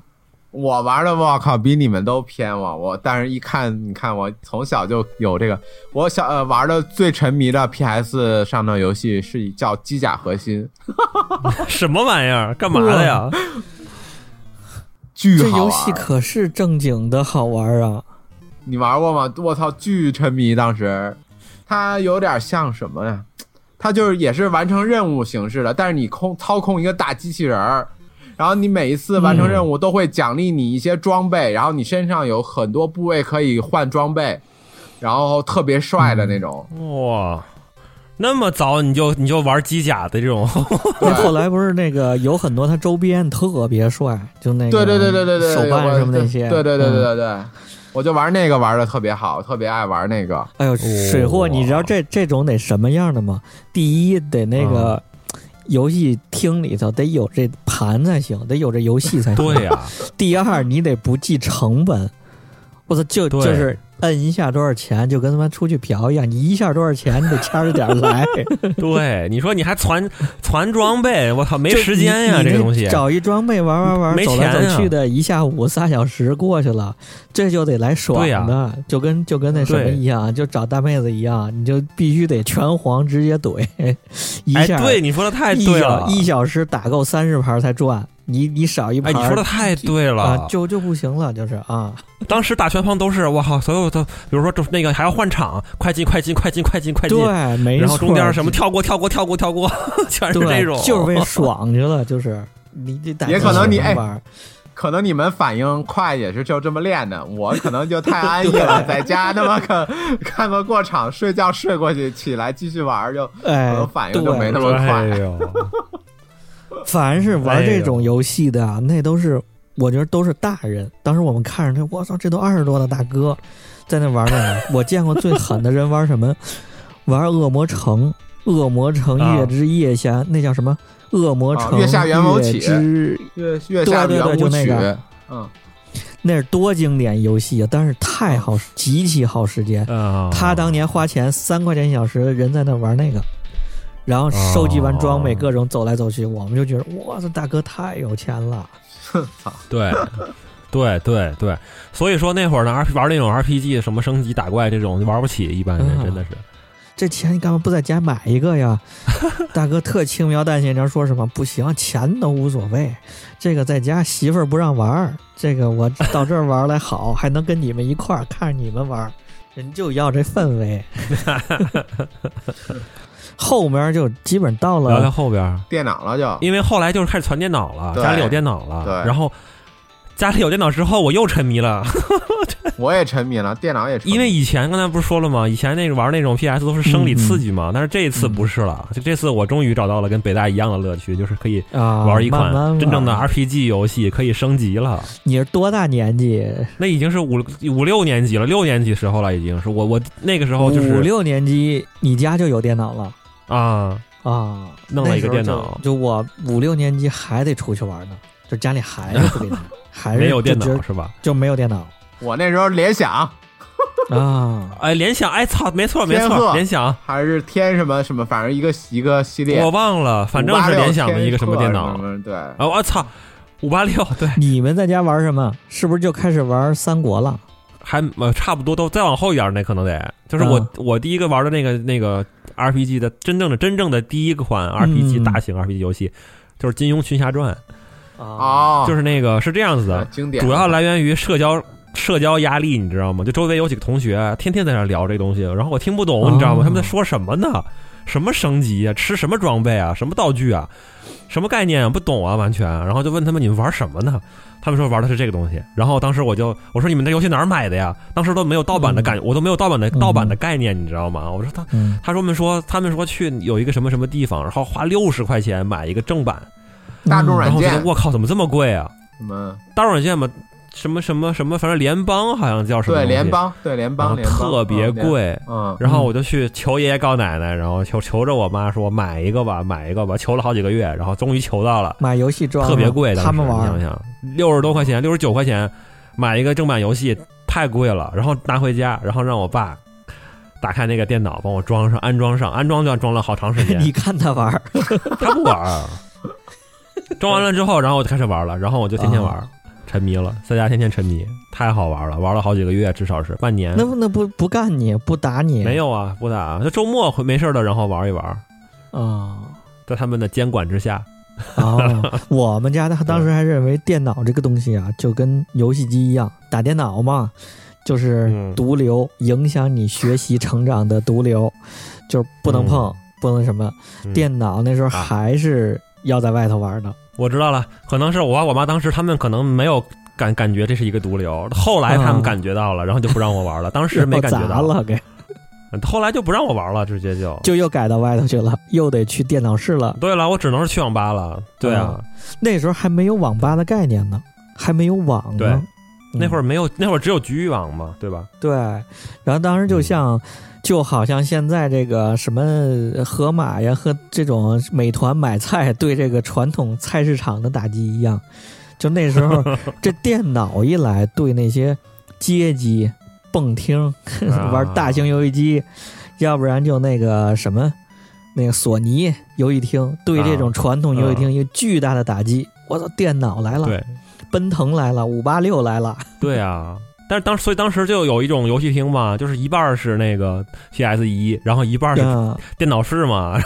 [SPEAKER 3] 我玩的我靠比你们都偏我我，但是一看你看我从小就有这个，我小呃玩的最沉迷的 PS 上的游戏是叫《机甲核心
[SPEAKER 2] 什么玩意儿？干嘛的呀？》，
[SPEAKER 3] 巨
[SPEAKER 1] 这
[SPEAKER 3] 好
[SPEAKER 1] 游
[SPEAKER 3] 玩。
[SPEAKER 1] 戏可是正经的好玩啊！
[SPEAKER 3] 你玩过吗？我操，巨沉迷当时。它有点像什么呀？它就是也是完成任务形式的，但是你控操控一个大机器人儿，然后你每一次完成任务都会奖励你一些装备，然后你身上有很多部位可以换装备，然后特别帅的那种。
[SPEAKER 2] 哇！那么早你就你就玩机甲的这种，
[SPEAKER 1] 那后来不是那个有很多它周边特别帅，就那个
[SPEAKER 3] 对对对对对对，
[SPEAKER 1] 手办
[SPEAKER 3] 我
[SPEAKER 1] 什么那些，
[SPEAKER 3] 对对对对
[SPEAKER 1] 嗯。
[SPEAKER 3] 对对，我就玩那个玩的特别好，特别爱玩那个。
[SPEAKER 1] 哎呦，水货，你知道这这种得什么样的吗？第一得那
[SPEAKER 2] 嗯
[SPEAKER 1] 个游戏厅里头得有这盘才行，得有这游戏才行。
[SPEAKER 2] 对呀、
[SPEAKER 1] 第二，你得不计成本。我操，就
[SPEAKER 2] 对
[SPEAKER 1] 就是摁一下多少钱，就跟他妈出去嫖一样，你一下多少钱，你得掐着点儿来。
[SPEAKER 2] 对，你说你还攒攒装备，我操，没
[SPEAKER 1] 就
[SPEAKER 2] 时间呀、
[SPEAKER 1] 你
[SPEAKER 2] 这个
[SPEAKER 1] 你
[SPEAKER 2] 东西。
[SPEAKER 1] 找一装备玩玩玩，
[SPEAKER 2] 没
[SPEAKER 1] 走来
[SPEAKER 2] 钱
[SPEAKER 1] 走
[SPEAKER 2] 呀
[SPEAKER 1] 去的，一下午仨小时过去了，这就得来爽
[SPEAKER 2] 对呀
[SPEAKER 1] 的，就跟就跟那什么
[SPEAKER 2] 对
[SPEAKER 1] 一样，就找大妹子一样，你就必须得拳皇直接怼，一
[SPEAKER 2] 哎，
[SPEAKER 1] 下
[SPEAKER 2] 对，你说的太
[SPEAKER 1] 一
[SPEAKER 2] 对
[SPEAKER 1] 小
[SPEAKER 2] 了，
[SPEAKER 1] 一小时打够三十盘才赚，你你少一
[SPEAKER 2] 哎，
[SPEAKER 1] 盘
[SPEAKER 2] 你
[SPEAKER 1] 儿，
[SPEAKER 2] 说的太对了，
[SPEAKER 1] 啊，就就不行了，就是啊，
[SPEAKER 2] 当时打拳方都是我靠，所有的，比如说就是那个还要换场，快进快进快进快进快进，
[SPEAKER 1] 对，没错。
[SPEAKER 2] 然后中间什么跳过跳过跳过跳过， 全是
[SPEAKER 1] 对，
[SPEAKER 2] 这种，
[SPEAKER 1] 就是为爽去了，就是你这打
[SPEAKER 3] 也可能你哎
[SPEAKER 1] 玩儿
[SPEAKER 3] 可能你们反应快也是就这么练的，我可能就太安逸了，在家那么看看个过场，睡觉睡过去，起来继续玩儿就可
[SPEAKER 1] 哎
[SPEAKER 3] 能，反应就没那么
[SPEAKER 2] 哎
[SPEAKER 3] 快。
[SPEAKER 2] 呦，
[SPEAKER 1] 凡是玩这种游戏的啊，那都是我觉得都是大人。当时我们看着他，我操，这都二十多的大哥在那玩那个。我见过最狠的人玩什么？玩恶魔城，恶魔城
[SPEAKER 2] 啊
[SPEAKER 1] 月之夜下、那叫什么？恶魔城、
[SPEAKER 3] 啊月下圆舞曲
[SPEAKER 1] 月之
[SPEAKER 3] 月月下
[SPEAKER 1] 对对
[SPEAKER 3] 圆
[SPEAKER 1] 对
[SPEAKER 3] 舞
[SPEAKER 1] 就那
[SPEAKER 3] 曲
[SPEAKER 1] 个，
[SPEAKER 3] 嗯，
[SPEAKER 1] 那是多经典游戏啊！但是太耗，极其耗时间。
[SPEAKER 2] 嗯
[SPEAKER 1] 他当年花钱三块钱一小时，人在那玩那个，然后收集完装备，
[SPEAKER 2] 哦
[SPEAKER 1] 各种走来走去，我们就觉得哇，这大哥太有钱了。
[SPEAKER 3] 操，
[SPEAKER 2] 对。对对对，所以说那会儿呢，R 玩那种 RPG 什么升级打怪这种玩不起，一般人
[SPEAKER 1] 啊
[SPEAKER 2] 真的是。
[SPEAKER 1] 这钱你干嘛不在家买一个 呀？大哥特轻描淡写，你知道说什么？不行，钱都无所谓。这个在家媳妇儿不让玩儿，这个我到这儿玩儿来 好，还能跟你们一块儿看着你们玩儿，人就要这氛 围。后面就基本到
[SPEAKER 2] 聊聊
[SPEAKER 1] 了，
[SPEAKER 2] 后边儿，
[SPEAKER 3] 电脑了就
[SPEAKER 2] 因为后来就是开始攒电脑了，
[SPEAKER 3] 对
[SPEAKER 2] 家里有电脑了，
[SPEAKER 3] 对
[SPEAKER 2] 然后家里有电脑之后，我又沉迷了，
[SPEAKER 3] 我也沉迷了，电脑也沉迷
[SPEAKER 2] 因为以前刚才不是说了吗？以前那个玩那种 PS 都是生理刺激
[SPEAKER 1] 嗯
[SPEAKER 2] 嘛，但是这一次不是了，就这次我终于找到了跟北大一样的乐趣，就是可以
[SPEAKER 1] 啊，
[SPEAKER 2] 玩一款
[SPEAKER 1] 慢慢玩
[SPEAKER 2] 真正的 RPG 游戏，可以升级了。
[SPEAKER 1] 你是多大年纪？
[SPEAKER 2] 那已经是五五六年级了，六年级时候了，已经是我我那个时候就
[SPEAKER 1] 五
[SPEAKER 2] 是
[SPEAKER 1] 六年级，你家就有电脑了
[SPEAKER 2] 啊，
[SPEAKER 1] 啊？
[SPEAKER 2] 弄了一
[SPEAKER 1] 那时候
[SPEAKER 2] 个
[SPEAKER 1] 就
[SPEAKER 2] 电脑
[SPEAKER 1] 就我五六年级还得出去玩呢，就家里还是不给 拿，还是
[SPEAKER 2] 没有电
[SPEAKER 1] 就觉
[SPEAKER 2] 脑
[SPEAKER 1] 得
[SPEAKER 2] 是吧？
[SPEAKER 1] 就没有电脑
[SPEAKER 3] 我那时候联想
[SPEAKER 1] 啊。
[SPEAKER 2] 哎，联想，哎操，没错没
[SPEAKER 3] 天鹤
[SPEAKER 2] 错，联想。
[SPEAKER 3] 还是天什么什么，反正一个一个系列
[SPEAKER 2] 我，忘了，反正是
[SPEAKER 3] 586
[SPEAKER 2] 联想的一个什么电脑
[SPEAKER 3] 天鹤什么对，
[SPEAKER 2] 啊！我操，五八六对，
[SPEAKER 1] 你们在家玩什么？是不是就开始玩三国了？
[SPEAKER 2] 还呃差不多都再往后一点儿那可能得，就是我、
[SPEAKER 1] 嗯
[SPEAKER 2] 我第一个玩的那个那个 RPG 的真正的真正的第一款 RPG、
[SPEAKER 1] 嗯
[SPEAKER 2] 大型 RPG 游戏，就是《金庸群侠传》
[SPEAKER 3] 哦，
[SPEAKER 2] 就是那个是这样子
[SPEAKER 3] 啊
[SPEAKER 2] 的，
[SPEAKER 3] 经典，
[SPEAKER 2] 主要来源于社交。社交压力，你知道吗？就周围有几个同学天天在那聊这东西，然后我听不懂，你知道吗？
[SPEAKER 1] 哦
[SPEAKER 2] 他们在说什么呢？什么升级啊？吃什么装备啊？什么道具啊？什么概念啊？不懂啊，完全。然后就问他们你们玩什么呢？他们说玩的是这个东西。然后当时我就我说你们这游戏哪儿买的呀？当时都没有盗版的感，我都没有盗版的
[SPEAKER 1] 嗯
[SPEAKER 2] 盗版的概念，你知道吗？我说他
[SPEAKER 1] 嗯，
[SPEAKER 2] 他说们说他们说去有一个什么什么地方，然后花六十块钱买一个正版，
[SPEAKER 3] 大众
[SPEAKER 2] 然
[SPEAKER 3] 软
[SPEAKER 2] 后我觉
[SPEAKER 3] 件
[SPEAKER 2] 得我靠怎么这么贵啊？
[SPEAKER 3] 什么
[SPEAKER 2] 大众软件嘛，什么什么什么，反正联邦好像叫什么东
[SPEAKER 3] 对
[SPEAKER 2] 西
[SPEAKER 3] 联，邦，对联邦，
[SPEAKER 2] 然后
[SPEAKER 3] 联邦
[SPEAKER 2] 特别，贵。
[SPEAKER 3] 嗯
[SPEAKER 2] 然后我就去求爷爷告奶奶，然后求求着我妈说买一个吧，买一个吧，求了好几个月，然后终于求到了，
[SPEAKER 1] 嗯买游戏装啊
[SPEAKER 2] 特别贵。当
[SPEAKER 1] 他
[SPEAKER 2] 时
[SPEAKER 1] 们
[SPEAKER 2] 你想
[SPEAKER 1] 玩
[SPEAKER 2] 想，六十多块钱，六十九块钱买一个正版游戏太贵了，然后拿回家，然后让我爸。打开那个电脑，帮我装上，安装上，安装就装了好长时 间。
[SPEAKER 1] 你看 他玩啊
[SPEAKER 2] 他不玩儿， 装完了之后，然后我就开始玩了，然后我就天天玩
[SPEAKER 1] 啊
[SPEAKER 2] 儿，沉迷了，在家天天沉迷，太好玩了，玩了好几个月，至少是半年。
[SPEAKER 1] 那不那不不干你不打你
[SPEAKER 2] 嗯没有啊，不打，就周末会没事儿的，然后玩一玩，
[SPEAKER 1] 啊？
[SPEAKER 2] 在他们的监管之下。
[SPEAKER 1] 哦，我们家他当时还认为电脑这个东西啊，就跟游戏机一样，打电脑嘛，就是
[SPEAKER 2] 嗯
[SPEAKER 1] 毒瘤，影响你学习成长的毒瘤，就是不能碰，不能什么。
[SPEAKER 2] 嗯
[SPEAKER 1] 电脑那时候
[SPEAKER 2] 啊
[SPEAKER 1] 还是要在外头玩的，
[SPEAKER 2] 我知道了，可能是我爸我妈当时他们可能没有感感觉这是一个毒瘤，后来他们
[SPEAKER 1] 啊
[SPEAKER 2] 感觉到了，然后就不让我玩了，当时没 感觉
[SPEAKER 1] 然后砸
[SPEAKER 2] 到，嗯
[SPEAKER 1] 了，给
[SPEAKER 2] 后来就不让我玩了，直接就。
[SPEAKER 1] 就又改到外头去了，又得去电脑室了。
[SPEAKER 2] 对了，我只能是去网吧了。对啊，
[SPEAKER 1] 那时候还没有网吧的概念呢，还没有网呢。
[SPEAKER 2] 对
[SPEAKER 1] 嗯
[SPEAKER 2] 那会儿没有，那会儿只有局域网嘛，对吧？
[SPEAKER 1] 对，然后当时
[SPEAKER 2] 嗯
[SPEAKER 1] 就像，就好像现在这个什么盒马呀和这种美团买菜对这个传统菜市场的打击一样，就那时 候这电脑一来，对那些街机、蹦厅、
[SPEAKER 2] 啊
[SPEAKER 1] 玩大型游戏机，要不然就那个什么那个索尼游戏厅，对
[SPEAKER 2] 啊
[SPEAKER 1] 这种传统游戏厅一个巨大的打击。我操，电脑来了，
[SPEAKER 2] 嗯对
[SPEAKER 1] 奔腾来了，五八六来了。
[SPEAKER 2] 对啊，但是当所以当时就有一种游戏厅嘛，就是一半儿是那个 PS 一，然后一半儿是
[SPEAKER 1] 啊
[SPEAKER 2] 电脑室嘛，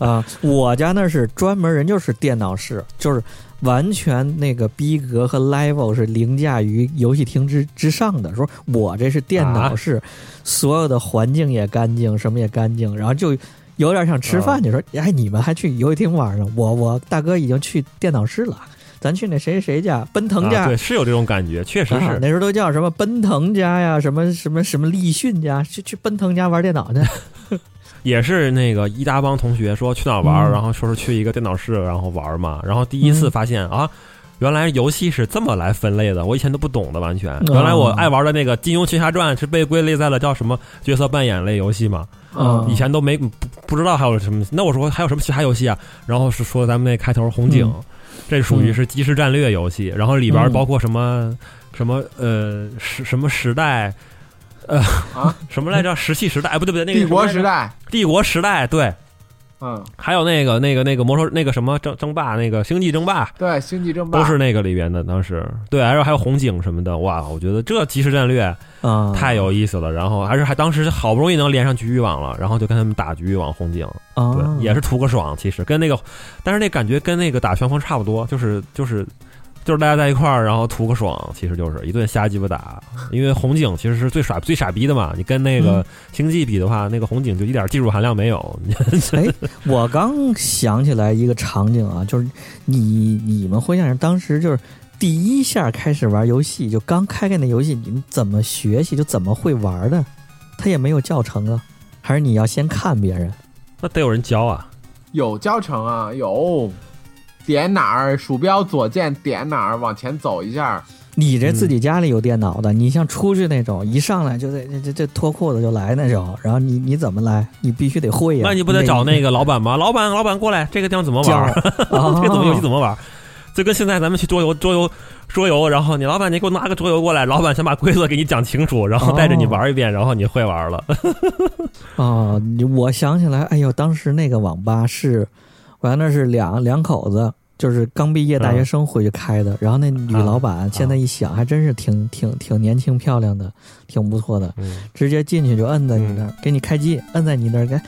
[SPEAKER 1] 啊！我家那是专门人就是电脑室，就是完全那个逼格和 level 是凌驾于游戏厅之之上的。说我这是电脑
[SPEAKER 2] 啊
[SPEAKER 1] 室，所有的环境也干净，什么也干净，然后就有点像
[SPEAKER 2] 啊
[SPEAKER 1] 吃饭。你说，哎，你们还去游戏厅玩呢？我我大哥已经去电脑室了，咱去那谁谁家，奔腾家。
[SPEAKER 2] 啊对，是有这种感觉，确实
[SPEAKER 1] 啊
[SPEAKER 2] 是。
[SPEAKER 1] 那时候都叫什么奔腾家呀，什么什么什么立讯家，去去奔腾家玩电脑去。
[SPEAKER 2] 也是那个一大帮同学说去哪儿玩儿，
[SPEAKER 1] 嗯
[SPEAKER 2] 然后说是去一个电脑室，然后玩儿嘛。然后第一次发现、啊，原来游戏是这么来分类的，我以前都不懂的，完全。
[SPEAKER 1] 嗯
[SPEAKER 2] 原来我爱玩的那个《金庸群侠传》是被归类在了叫什么角色扮演类游戏嘛，
[SPEAKER 1] 嗯
[SPEAKER 2] 以前都没不不知道还有什么。那我说还有什么其他游戏啊？然后是说咱们那开头红警，这属于是即时战略游戏，然后里边
[SPEAKER 1] 嗯
[SPEAKER 2] 包括什么、什么呃时什么时代。呃，
[SPEAKER 3] 啊
[SPEAKER 2] 什么来着？石器时代？哎，不对不对，那个
[SPEAKER 3] 帝国
[SPEAKER 2] 什么来着
[SPEAKER 3] 时代，
[SPEAKER 2] 帝国时代，对，
[SPEAKER 3] 嗯，
[SPEAKER 2] 还有那个那个那个魔兽那个什么争争霸那个星际争霸
[SPEAKER 3] 对，星际争霸
[SPEAKER 2] 都是那个里边的，当时对，还有还有红警什么的，哇，我觉得这即时战略
[SPEAKER 1] 啊，
[SPEAKER 2] 太有意思了。然后还是还当时好不容易能连上局域网了，然后就跟他们打局域网红警，
[SPEAKER 1] 啊
[SPEAKER 2] 对，也是图个爽，其实跟那个，但是那感觉跟那个打旋风差不多，就是就是。就是大家在一块儿，然后图个爽，其实就是一顿瞎鸡巴打。因为红警其实是最傻最傻逼的嘛，你跟那个
[SPEAKER 1] 嗯
[SPEAKER 2] 星际比的话，那个红警就一点技术含量没有。
[SPEAKER 1] 我刚想起来一个场景啊，就是你你们回想一下，当时就是第一下开始玩游戏，就刚开开那游戏，你们怎么学习就怎么会玩的？他也没有教程啊，还是你要先看别人？
[SPEAKER 2] 那得有人教啊。
[SPEAKER 3] 有教程啊，有。点哪儿，鼠标左键点哪儿，往前走一下。
[SPEAKER 1] 你这自己家里有电脑
[SPEAKER 2] 嗯
[SPEAKER 1] 的，你像出去那种一上来就得这这这脱裤子就来那种，然后你你怎么来？你必须得会哎呀、
[SPEAKER 2] 那你不得找那
[SPEAKER 1] 个
[SPEAKER 2] 个老板吗？老板，老板过来，这个地方怎么
[SPEAKER 1] 教？
[SPEAKER 2] 玩？这
[SPEAKER 1] 啊
[SPEAKER 2] 个怎么游戏怎么玩？就跟现在咱们去桌游，桌游，桌游，然后你老板，你给我拿个桌游过来，老板想把规则给你讲清楚，然后带着你玩一遍，然后你会玩了。
[SPEAKER 1] 哦，你我想起来，哎呦，当时那个网吧是，我原那是两两口子，就是刚毕业大学生回去开的。然后那女老
[SPEAKER 2] 啊
[SPEAKER 1] 板现在一想，还真是挺挺挺年轻漂亮的，挺不错的，
[SPEAKER 2] 嗯，
[SPEAKER 1] 直接进去就摁在你那儿，给你开机，摁在你那儿给。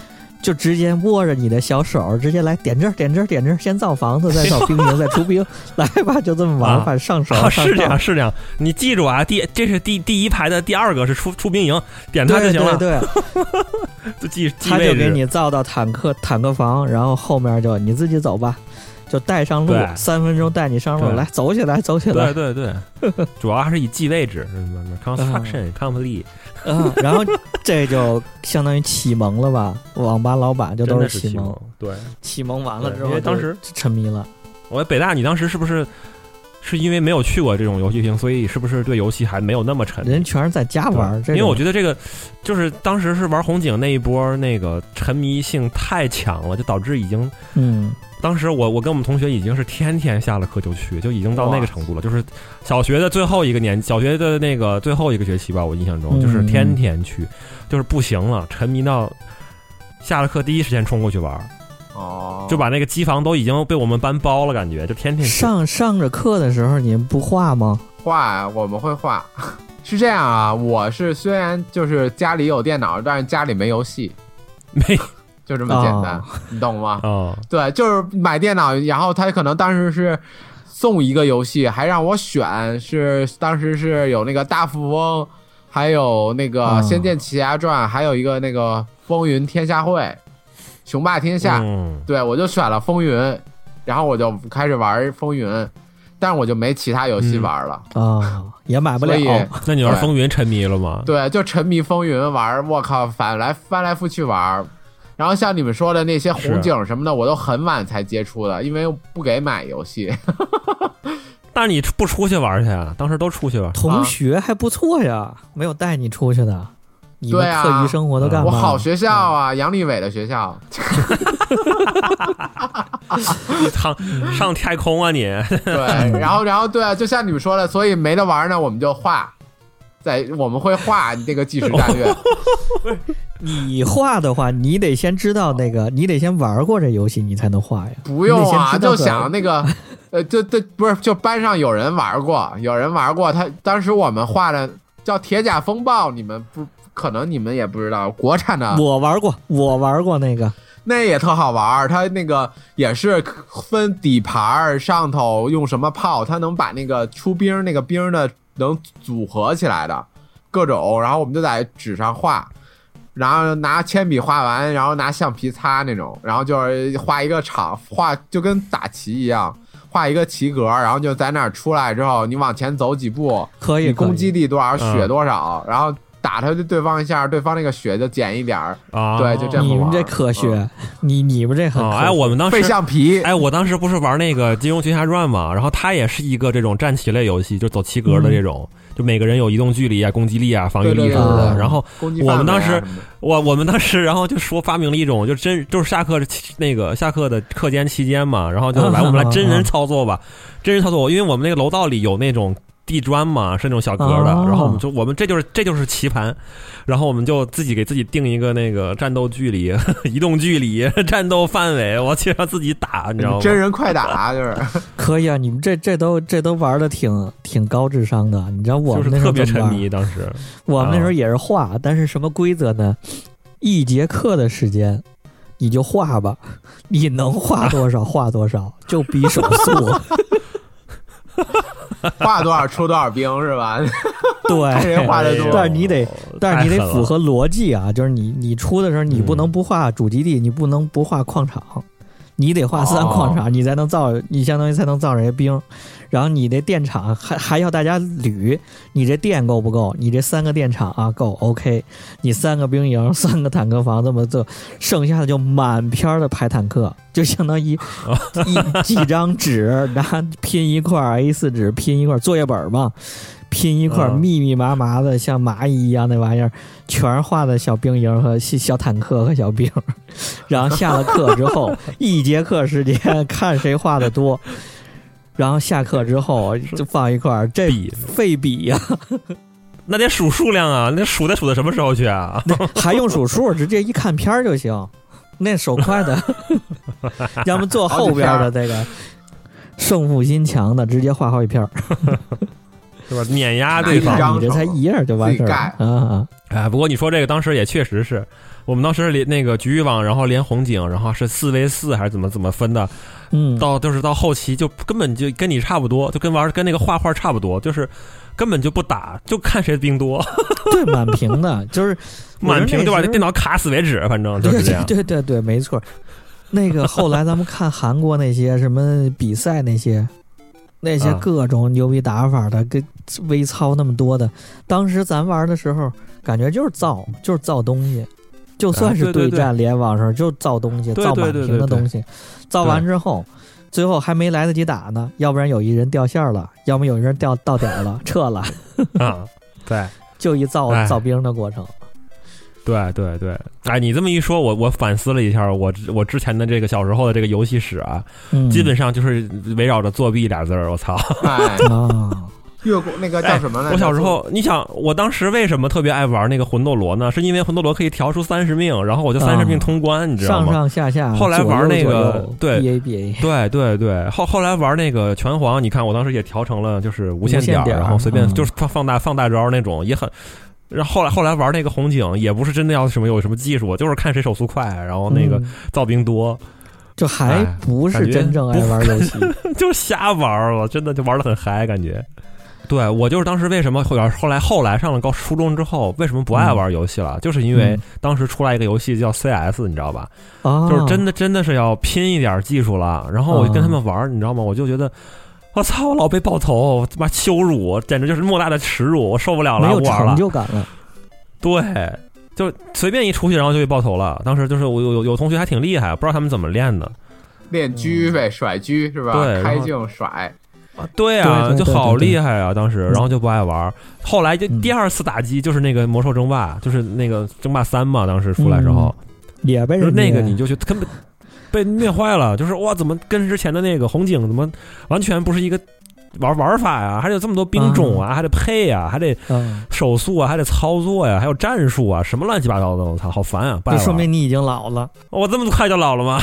[SPEAKER 1] 就直接握着你的小手，直接来点这儿点这儿点这儿，先造房子，再造兵营，再出兵，来吧，就这么玩，
[SPEAKER 2] 啊
[SPEAKER 1] 反正上手、
[SPEAKER 2] 啊，
[SPEAKER 1] 上
[SPEAKER 2] 是这样，
[SPEAKER 1] 手
[SPEAKER 2] 是这样。你记住啊，第这是第第一排的第二个是出出兵营，点它就
[SPEAKER 1] 对
[SPEAKER 2] 行
[SPEAKER 1] 对
[SPEAKER 2] 了，
[SPEAKER 1] 对，
[SPEAKER 2] 就记记
[SPEAKER 1] 他
[SPEAKER 2] 位
[SPEAKER 1] 就给
[SPEAKER 2] 置。
[SPEAKER 1] 你造到坦克坦克房，然后后面就你自己走吧，就带上路
[SPEAKER 2] 对，
[SPEAKER 1] 三分钟带你上路，
[SPEAKER 2] 对
[SPEAKER 1] 来走起来，走起来
[SPEAKER 2] 对，对对， 主要还是以记位置什么什么 construction complete，
[SPEAKER 1] 嗯，然后这就相当于启蒙了吧？网吧老板就
[SPEAKER 2] 真
[SPEAKER 1] 都
[SPEAKER 2] 的
[SPEAKER 1] 启
[SPEAKER 2] 启
[SPEAKER 1] 蒙
[SPEAKER 2] 蒙，。对，
[SPEAKER 1] 启蒙完了
[SPEAKER 2] 对
[SPEAKER 1] 之后
[SPEAKER 2] 因
[SPEAKER 1] 就，
[SPEAKER 2] 为当时
[SPEAKER 1] 沉迷了，
[SPEAKER 2] 我北大，你当时是不是是因为没有去过这种游戏厅，所以是不是对游戏还没有那么沉迷？
[SPEAKER 1] 人全是在家玩儿，这
[SPEAKER 2] 因为我
[SPEAKER 1] 种
[SPEAKER 2] 觉得这个就是当时是玩红警那一波，那个沉迷性太强了，就导致已经
[SPEAKER 1] 嗯
[SPEAKER 2] 当时我我跟我们同学已经是天天下了课就去，就已经到那个程度了。就是小学的最后一个年，小学的那个最后一个学期吧，我印象中
[SPEAKER 1] 嗯
[SPEAKER 2] 就是天天去，就是不行了，沉迷到。下了课第一时间冲过去玩，
[SPEAKER 3] 哦，
[SPEAKER 2] 就把那个机房都已经被我们班包了，感觉就天天去
[SPEAKER 1] 上上着课的时候你们不画吗？
[SPEAKER 3] 画，我们会画。 是这样啊，我是虽然就是家里有电脑，但是家里没游戏，
[SPEAKER 2] 没
[SPEAKER 3] 就这么简单，
[SPEAKER 1] 哦
[SPEAKER 3] 你懂 吗？
[SPEAKER 2] 啊
[SPEAKER 3] 对，就是买电脑，然后他可能当时是送一个游戏，还让我选，是当时是有那个大富翁，还有那个
[SPEAKER 1] 啊
[SPEAKER 3] 《仙剑奇侠传》，还有一个那个《风云天下会》，雄霸天下。
[SPEAKER 2] 嗯
[SPEAKER 3] 对，我就选了风云，然后我就开始玩风云，但是我就没其他游戏玩了。
[SPEAKER 1] 啊、
[SPEAKER 2] 哦
[SPEAKER 1] 也买不了
[SPEAKER 3] 所以，
[SPEAKER 2] 那你玩
[SPEAKER 3] 对
[SPEAKER 2] 风云沉迷了吗？
[SPEAKER 3] 对，就沉迷风云玩，我靠，反来翻来覆去玩。然后像你们说的那些红警什么的，我都很晚才接触的，因为不给买游戏。
[SPEAKER 2] 但是你不出去玩去啊？当时都出去玩，
[SPEAKER 1] 同
[SPEAKER 3] 啊
[SPEAKER 1] 学还不错呀，没有带你出去的，你们
[SPEAKER 3] 对啊
[SPEAKER 1] 课余生活都干嘛
[SPEAKER 3] 我
[SPEAKER 1] 了？
[SPEAKER 3] 好学校啊，杨利伟的 学校。
[SPEAKER 2] 上上太空啊你！
[SPEAKER 3] 对，然后然后对啊，就像你们说的，所以没得玩呢，我们就画。在我们会画这个计时战
[SPEAKER 1] 哦
[SPEAKER 3] 略，
[SPEAKER 1] 你画的话，你得先知道那个，你得先玩过这游戏，你才能画呀。
[SPEAKER 3] 不用
[SPEAKER 1] 你得先
[SPEAKER 3] 啊，
[SPEAKER 1] 知道
[SPEAKER 3] 就
[SPEAKER 1] 怎么
[SPEAKER 3] 想那个呃，这这不是就班上有人玩过，有人玩过，他当时我们画的叫《铁甲风暴》，你们不可能你们也不知道，国产的
[SPEAKER 1] 我玩过，我玩过那个，
[SPEAKER 3] 那也特好玩儿，它那个也是分底盘儿上头用什么炮，它能把那个出兵儿那个兵儿的能组合起来的各种，然后我们就在纸上画，然后拿铅笔画完，然后拿橡皮擦那种，然后就是画一个场，画就跟打棋一样，画一个棋格，然后就在那儿出来之后，你往前走几步，
[SPEAKER 1] 可以
[SPEAKER 3] 你攻。
[SPEAKER 1] 哎可
[SPEAKER 3] 击
[SPEAKER 1] 以
[SPEAKER 3] 力多少，
[SPEAKER 2] 嗯
[SPEAKER 3] 血多少，然后打他对方一下，对方那个血就减一点儿，
[SPEAKER 2] 啊，
[SPEAKER 3] 对就这样
[SPEAKER 1] 你们
[SPEAKER 3] 玩
[SPEAKER 1] 这
[SPEAKER 3] 儿
[SPEAKER 1] 科学，你你们这很
[SPEAKER 2] 哦
[SPEAKER 1] 科学
[SPEAKER 2] 哎，我们当
[SPEAKER 3] 费
[SPEAKER 2] 时
[SPEAKER 3] 橡 皮。
[SPEAKER 2] 哎，我当时不是玩那个《金庸群侠传》嘛，然后它也是一个这种战棋类游戏，就走棋格的这种，就每个人有移动距离啊、攻击力啊、防御
[SPEAKER 3] 对
[SPEAKER 2] 力
[SPEAKER 3] 对
[SPEAKER 2] 什么
[SPEAKER 1] 嗯对
[SPEAKER 2] 的。
[SPEAKER 1] 对
[SPEAKER 2] 然后
[SPEAKER 3] 攻击
[SPEAKER 2] 我们
[SPEAKER 3] 范围啊
[SPEAKER 2] 当时
[SPEAKER 3] 什么的
[SPEAKER 2] 我我们当时，然后就说发明了一种，就真就是下课那个下课的课间期间嘛，然后就来
[SPEAKER 1] 啊
[SPEAKER 2] 我们来真
[SPEAKER 1] 啊
[SPEAKER 2] 人操作吧，真人操作，因为我们那个楼道里有那种地砖嘛，是那种小格的，
[SPEAKER 1] 哦
[SPEAKER 2] 然后我们就我们这就是这就是棋盘，然后我们就自己给自己定一个那个战斗距离、 移动距离、战斗范围，我去让自己打，你知道吗？
[SPEAKER 3] 真人快打 就是，
[SPEAKER 1] 可以啊，你们这这都这都玩的挺挺高智商的。啊你知道我们
[SPEAKER 2] 就是
[SPEAKER 1] 那时
[SPEAKER 2] 特
[SPEAKER 1] 候
[SPEAKER 2] 别
[SPEAKER 1] 怎么啊
[SPEAKER 2] 沉
[SPEAKER 1] 玩？
[SPEAKER 2] 迷，当 时
[SPEAKER 1] 我们那时候也是画，但是什么规则呢？一节课的时间，你就画吧，你能画多少画多少，就比手速。
[SPEAKER 3] 画多少出多少兵是吧？看
[SPEAKER 1] 对
[SPEAKER 3] 人，画得多
[SPEAKER 1] 但是你得，但是你
[SPEAKER 2] 太
[SPEAKER 1] 得
[SPEAKER 2] 狠了
[SPEAKER 1] 符合逻辑啊，就是你你出的时候，你不能
[SPEAKER 2] 嗯
[SPEAKER 1] 不画主基地，你不能不画矿场，你得画三矿
[SPEAKER 2] 哦
[SPEAKER 1] 场，你才能造，你相当于才能造这些兵。然后你这电厂还还要大家捋，你这电够不够？你这三个电厂啊够 OK，你三个兵营、三个坦克房这么做，剩下的就满篇儿的排坦克， 就相当于一几张纸拿拼一块 A 4纸拼一块作业本儿嘛，拼一块
[SPEAKER 2] 嗯
[SPEAKER 1] 密密麻麻的像蚂蚁一样那玩意儿，全是画的小兵营和小小坦克和小兵儿。 然后下了课之后，一节课时间看谁画的多。然后下课之后就放一块儿，这
[SPEAKER 2] 比
[SPEAKER 1] 费笔呀、
[SPEAKER 2] 那得数数量啊，那数得数到什么时候去啊？
[SPEAKER 1] 还用数数，直接一看片儿就行，那手快的，要么坐后边的这个胜负心强的，直接画好几片儿，
[SPEAKER 2] 是吧？碾压
[SPEAKER 3] 拿
[SPEAKER 2] 对
[SPEAKER 3] 一
[SPEAKER 2] 方，
[SPEAKER 3] 张
[SPEAKER 1] 你这才一页就完事儿了啊！
[SPEAKER 2] 哎，不过你说这个，当时也确实是我们当时连那个局域网，然后连红警，然后是四 v 四还是怎么怎么分的，
[SPEAKER 1] 嗯，
[SPEAKER 2] 到就是到后期就根本就跟你差不多，就跟玩跟那个画画差不多，就是根本就不打，就看谁的兵多，
[SPEAKER 1] 对，满屏的，就是
[SPEAKER 2] 满屏就把
[SPEAKER 1] 我
[SPEAKER 2] 这
[SPEAKER 1] 觉
[SPEAKER 2] 电
[SPEAKER 1] 得
[SPEAKER 2] 脑卡死为止，反正
[SPEAKER 1] 那
[SPEAKER 2] 就
[SPEAKER 1] 时候
[SPEAKER 2] 是 这样。
[SPEAKER 1] 对对对对，没错。那个后来咱们看韩国那些什么比赛那些，那些
[SPEAKER 2] 啊
[SPEAKER 1] 各种牛逼打法的，跟微操那么多的，当时咱玩的时候，感觉就是造，就是造东西，就算
[SPEAKER 2] 啊
[SPEAKER 1] 是
[SPEAKER 2] 对对对
[SPEAKER 1] 战联网上就造东西，
[SPEAKER 2] 对
[SPEAKER 1] 造
[SPEAKER 2] 对
[SPEAKER 1] 满
[SPEAKER 2] 对
[SPEAKER 1] 屏的
[SPEAKER 2] 对对
[SPEAKER 1] 东西，造完之后。最后还没来得及打呢，要不然有一人掉线了，要么有一人掉到点儿了，撤了，
[SPEAKER 2] 啊，对
[SPEAKER 1] 就一造
[SPEAKER 2] 哎
[SPEAKER 1] 造兵的过程。
[SPEAKER 2] 对对对，哎，你这么一说，我我反思了一下，我之我之前的这个小时候的这个游戏史啊，
[SPEAKER 1] 嗯，
[SPEAKER 2] 基本上就是围绕着作弊俩字儿，我操。
[SPEAKER 3] 哎，
[SPEAKER 1] 啊，
[SPEAKER 3] 越过那个叫什么
[SPEAKER 1] 哎
[SPEAKER 3] 来着？
[SPEAKER 2] 哎我小时候，你想，我当时为什么特别爱玩那个魂斗罗呢？是因为魂斗罗可以调出三十命，然后我就三十命通关，你知道
[SPEAKER 1] 上
[SPEAKER 2] 吗？
[SPEAKER 1] 上下下，
[SPEAKER 2] 后来玩那个对
[SPEAKER 1] B A B A，
[SPEAKER 2] 对对对，后后来玩那个拳皇，你看我当时也调成了就是无限
[SPEAKER 1] 无限点儿
[SPEAKER 2] 然后随便
[SPEAKER 1] 嗯
[SPEAKER 2] 就是放放大放大招那种，也很。然后后来后来玩那个红警，也不是真的要什么有什么技术，就是看谁手速快，然后那个
[SPEAKER 1] 嗯
[SPEAKER 2] 造兵多，
[SPEAKER 1] 就还
[SPEAKER 2] 哎
[SPEAKER 1] 不是
[SPEAKER 2] 感觉
[SPEAKER 1] 真正爱玩游 戏，
[SPEAKER 2] 就是瞎玩儿，我真的就玩的很嗨，感觉。对我就是当时为什么后来后来后来上了高初中之后，为什么不爱玩游戏了？就是因为
[SPEAKER 1] 嗯
[SPEAKER 2] 当时出来一个游戏叫 CS，你知道吧？
[SPEAKER 1] 啊，
[SPEAKER 2] 就是真的真的是要拼一点技术了。然后我就跟他们玩儿，你知道吗？我就觉得。我操！我老被爆头，我他妈羞辱，简直就是莫大的耻辱，我受不了
[SPEAKER 1] 没
[SPEAKER 2] 了，
[SPEAKER 1] 有
[SPEAKER 2] 不玩
[SPEAKER 1] 成
[SPEAKER 2] 了。
[SPEAKER 1] 就感 了。
[SPEAKER 2] 对，就随便一出去，然后就被爆头了。当时就是我有有有同学还挺厉害，不知道他们怎么练的。
[SPEAKER 3] 练狙呗，甩狙是吧？
[SPEAKER 2] 嗯对然后
[SPEAKER 3] 开镜甩，
[SPEAKER 2] 啊，对啊，
[SPEAKER 1] 对对对
[SPEAKER 2] 就好厉害啊！当时，
[SPEAKER 1] 嗯
[SPEAKER 2] 然后就不爱玩儿。后来就
[SPEAKER 1] 嗯
[SPEAKER 2] 第二次打击就是那个魔兽争霸，就是那个争霸三嘛，当时出来之后，
[SPEAKER 1] 也被
[SPEAKER 2] 就是
[SPEAKER 1] 人
[SPEAKER 2] 那个
[SPEAKER 1] 虐
[SPEAKER 2] 你就觉得根本被虐坏了，就是哇，怎么跟之前的那个红警怎么完全不是一个玩玩法呀、还得有这么多兵种啊，还得配呀、还得
[SPEAKER 1] 嗯，
[SPEAKER 2] 手速啊，还得操作呀、还有战术啊，什么乱七八糟的，我操，好烦啊！败
[SPEAKER 1] 这
[SPEAKER 2] 了，
[SPEAKER 1] 说明你已经老 了
[SPEAKER 2] 我这么快就老了吗？